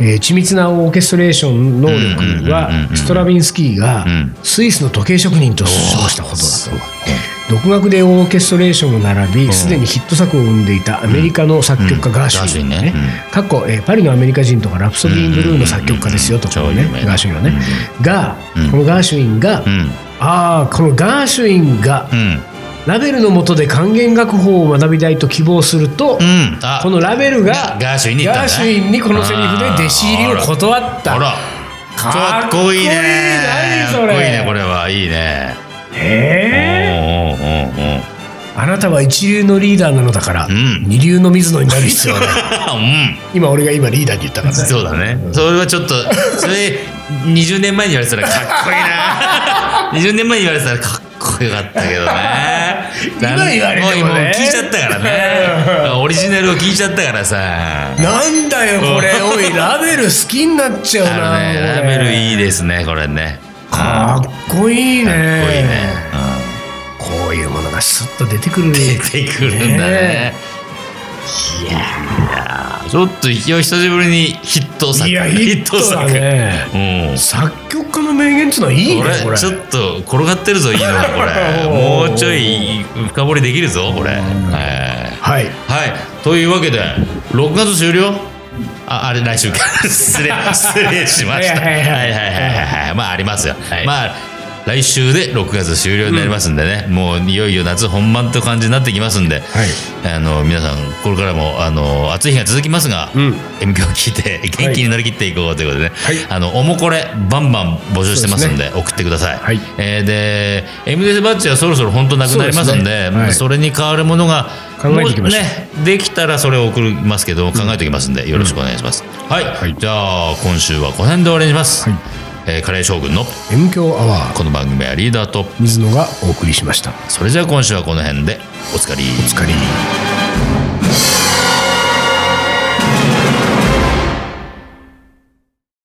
[SPEAKER 1] えー緻密なオーケストレーション能力
[SPEAKER 2] うんうんうんうんう
[SPEAKER 1] は
[SPEAKER 2] ん
[SPEAKER 1] ストラビンスキーが
[SPEAKER 2] うん
[SPEAKER 1] スイスの時計職人と称したことだと。独学でオーケストレーションを並びすでにヒット作を生んでいたアメリカの作曲家ガーシュウィン
[SPEAKER 2] うんガーシュウィンね
[SPEAKER 1] かっこえーパリのアメリカ人とかラプソディ・ン・ブルーの作曲家ですよと
[SPEAKER 2] うんうんうん
[SPEAKER 1] ね
[SPEAKER 2] 超有名な
[SPEAKER 1] ガーシュウィンはねが
[SPEAKER 2] うん
[SPEAKER 1] このガーシュウィンが
[SPEAKER 2] うん。
[SPEAKER 1] ああこのガーシュウィンが
[SPEAKER 2] うん。
[SPEAKER 1] ラベルの下で還元楽法を学びたいと希望すると
[SPEAKER 2] うん。あ
[SPEAKER 1] このラベルが
[SPEAKER 2] ガーシュウィンに行ったん
[SPEAKER 1] ガー
[SPEAKER 2] だ
[SPEAKER 1] シュウィンにこのセリフで弟子入りを断った
[SPEAKER 2] ほら。かっこいいね。
[SPEAKER 1] かっこいい何それ
[SPEAKER 2] かっこいいね、これは。いいね。
[SPEAKER 1] え
[SPEAKER 2] お
[SPEAKER 1] ーあなたは一流のリーダーなのだから、
[SPEAKER 2] ん
[SPEAKER 1] 二流の水野になる必要はない
[SPEAKER 2] うおうおうお
[SPEAKER 1] 今
[SPEAKER 2] ううん。
[SPEAKER 1] 俺が今リーダーに言ったからね
[SPEAKER 2] そうだね。それはちょっ と、それ、20年前に言われてたらかっこいいな。20年前に言われてたらかっこよかったけどね。
[SPEAKER 1] 今言われてもね
[SPEAKER 2] うう聞いちゃったから ね。オリジナルを聞いちゃったからさ。
[SPEAKER 1] なんだよこれおいラベル好きになっちゃうな
[SPEAKER 2] あのね、ラ
[SPEAKER 1] これ
[SPEAKER 2] ベルいいですね、これね。
[SPEAKER 1] かっこいいね
[SPEAKER 2] かっこいいね。
[SPEAKER 1] こういうものがスッと出てくる
[SPEAKER 2] うん出てくるんだね
[SPEAKER 1] ね。
[SPEAKER 2] いやーちょっと勢い久しぶりにヒット作。
[SPEAKER 1] いやヒットだね
[SPEAKER 2] うん。
[SPEAKER 1] 作曲家の名言ってのはいいね
[SPEAKER 2] これ
[SPEAKER 1] これ
[SPEAKER 2] ちょっと転がってるぞいいのが こ
[SPEAKER 1] おー
[SPEAKER 2] れもうちょい深掘りできるぞこれはい
[SPEAKER 1] はい
[SPEAKER 2] はいというわけで6月終了ああれ来週か 失礼失礼しました
[SPEAKER 1] は
[SPEAKER 2] はい
[SPEAKER 1] は
[SPEAKER 2] いはいい
[SPEAKER 1] は
[SPEAKER 2] はいいはいはいまあありますよ、まあ来週で6月終了になりますんでね、もういよいよ夏本番って感じになってきますんで、あの皆さんこれからもあの暑い日が続きますが、
[SPEAKER 1] ん
[SPEAKER 2] M 響を聞いて元気になりきっていこうということでね、
[SPEAKER 1] はい
[SPEAKER 2] あのおもこれバンバン募集してますんで送ってください、
[SPEAKER 1] はい
[SPEAKER 2] えーで MDS バッジはそろそろ本当なくなります
[SPEAKER 1] そうで
[SPEAKER 2] んでそ
[SPEAKER 1] すねはい
[SPEAKER 2] れに代わるものが
[SPEAKER 1] 考えておきましょう
[SPEAKER 2] もうね、できたらそれを送りますけど考えておきますんでよろしくお願いします、はい、
[SPEAKER 1] はい
[SPEAKER 2] じゃあ今週はこの辺で終わりにします、
[SPEAKER 1] はい
[SPEAKER 2] えーカレー将軍の
[SPEAKER 1] M 強アワー
[SPEAKER 2] この番組はリーダーと
[SPEAKER 1] 水野がお送りしました
[SPEAKER 2] それじゃあ今週はこの辺でおつかり
[SPEAKER 1] お疲れ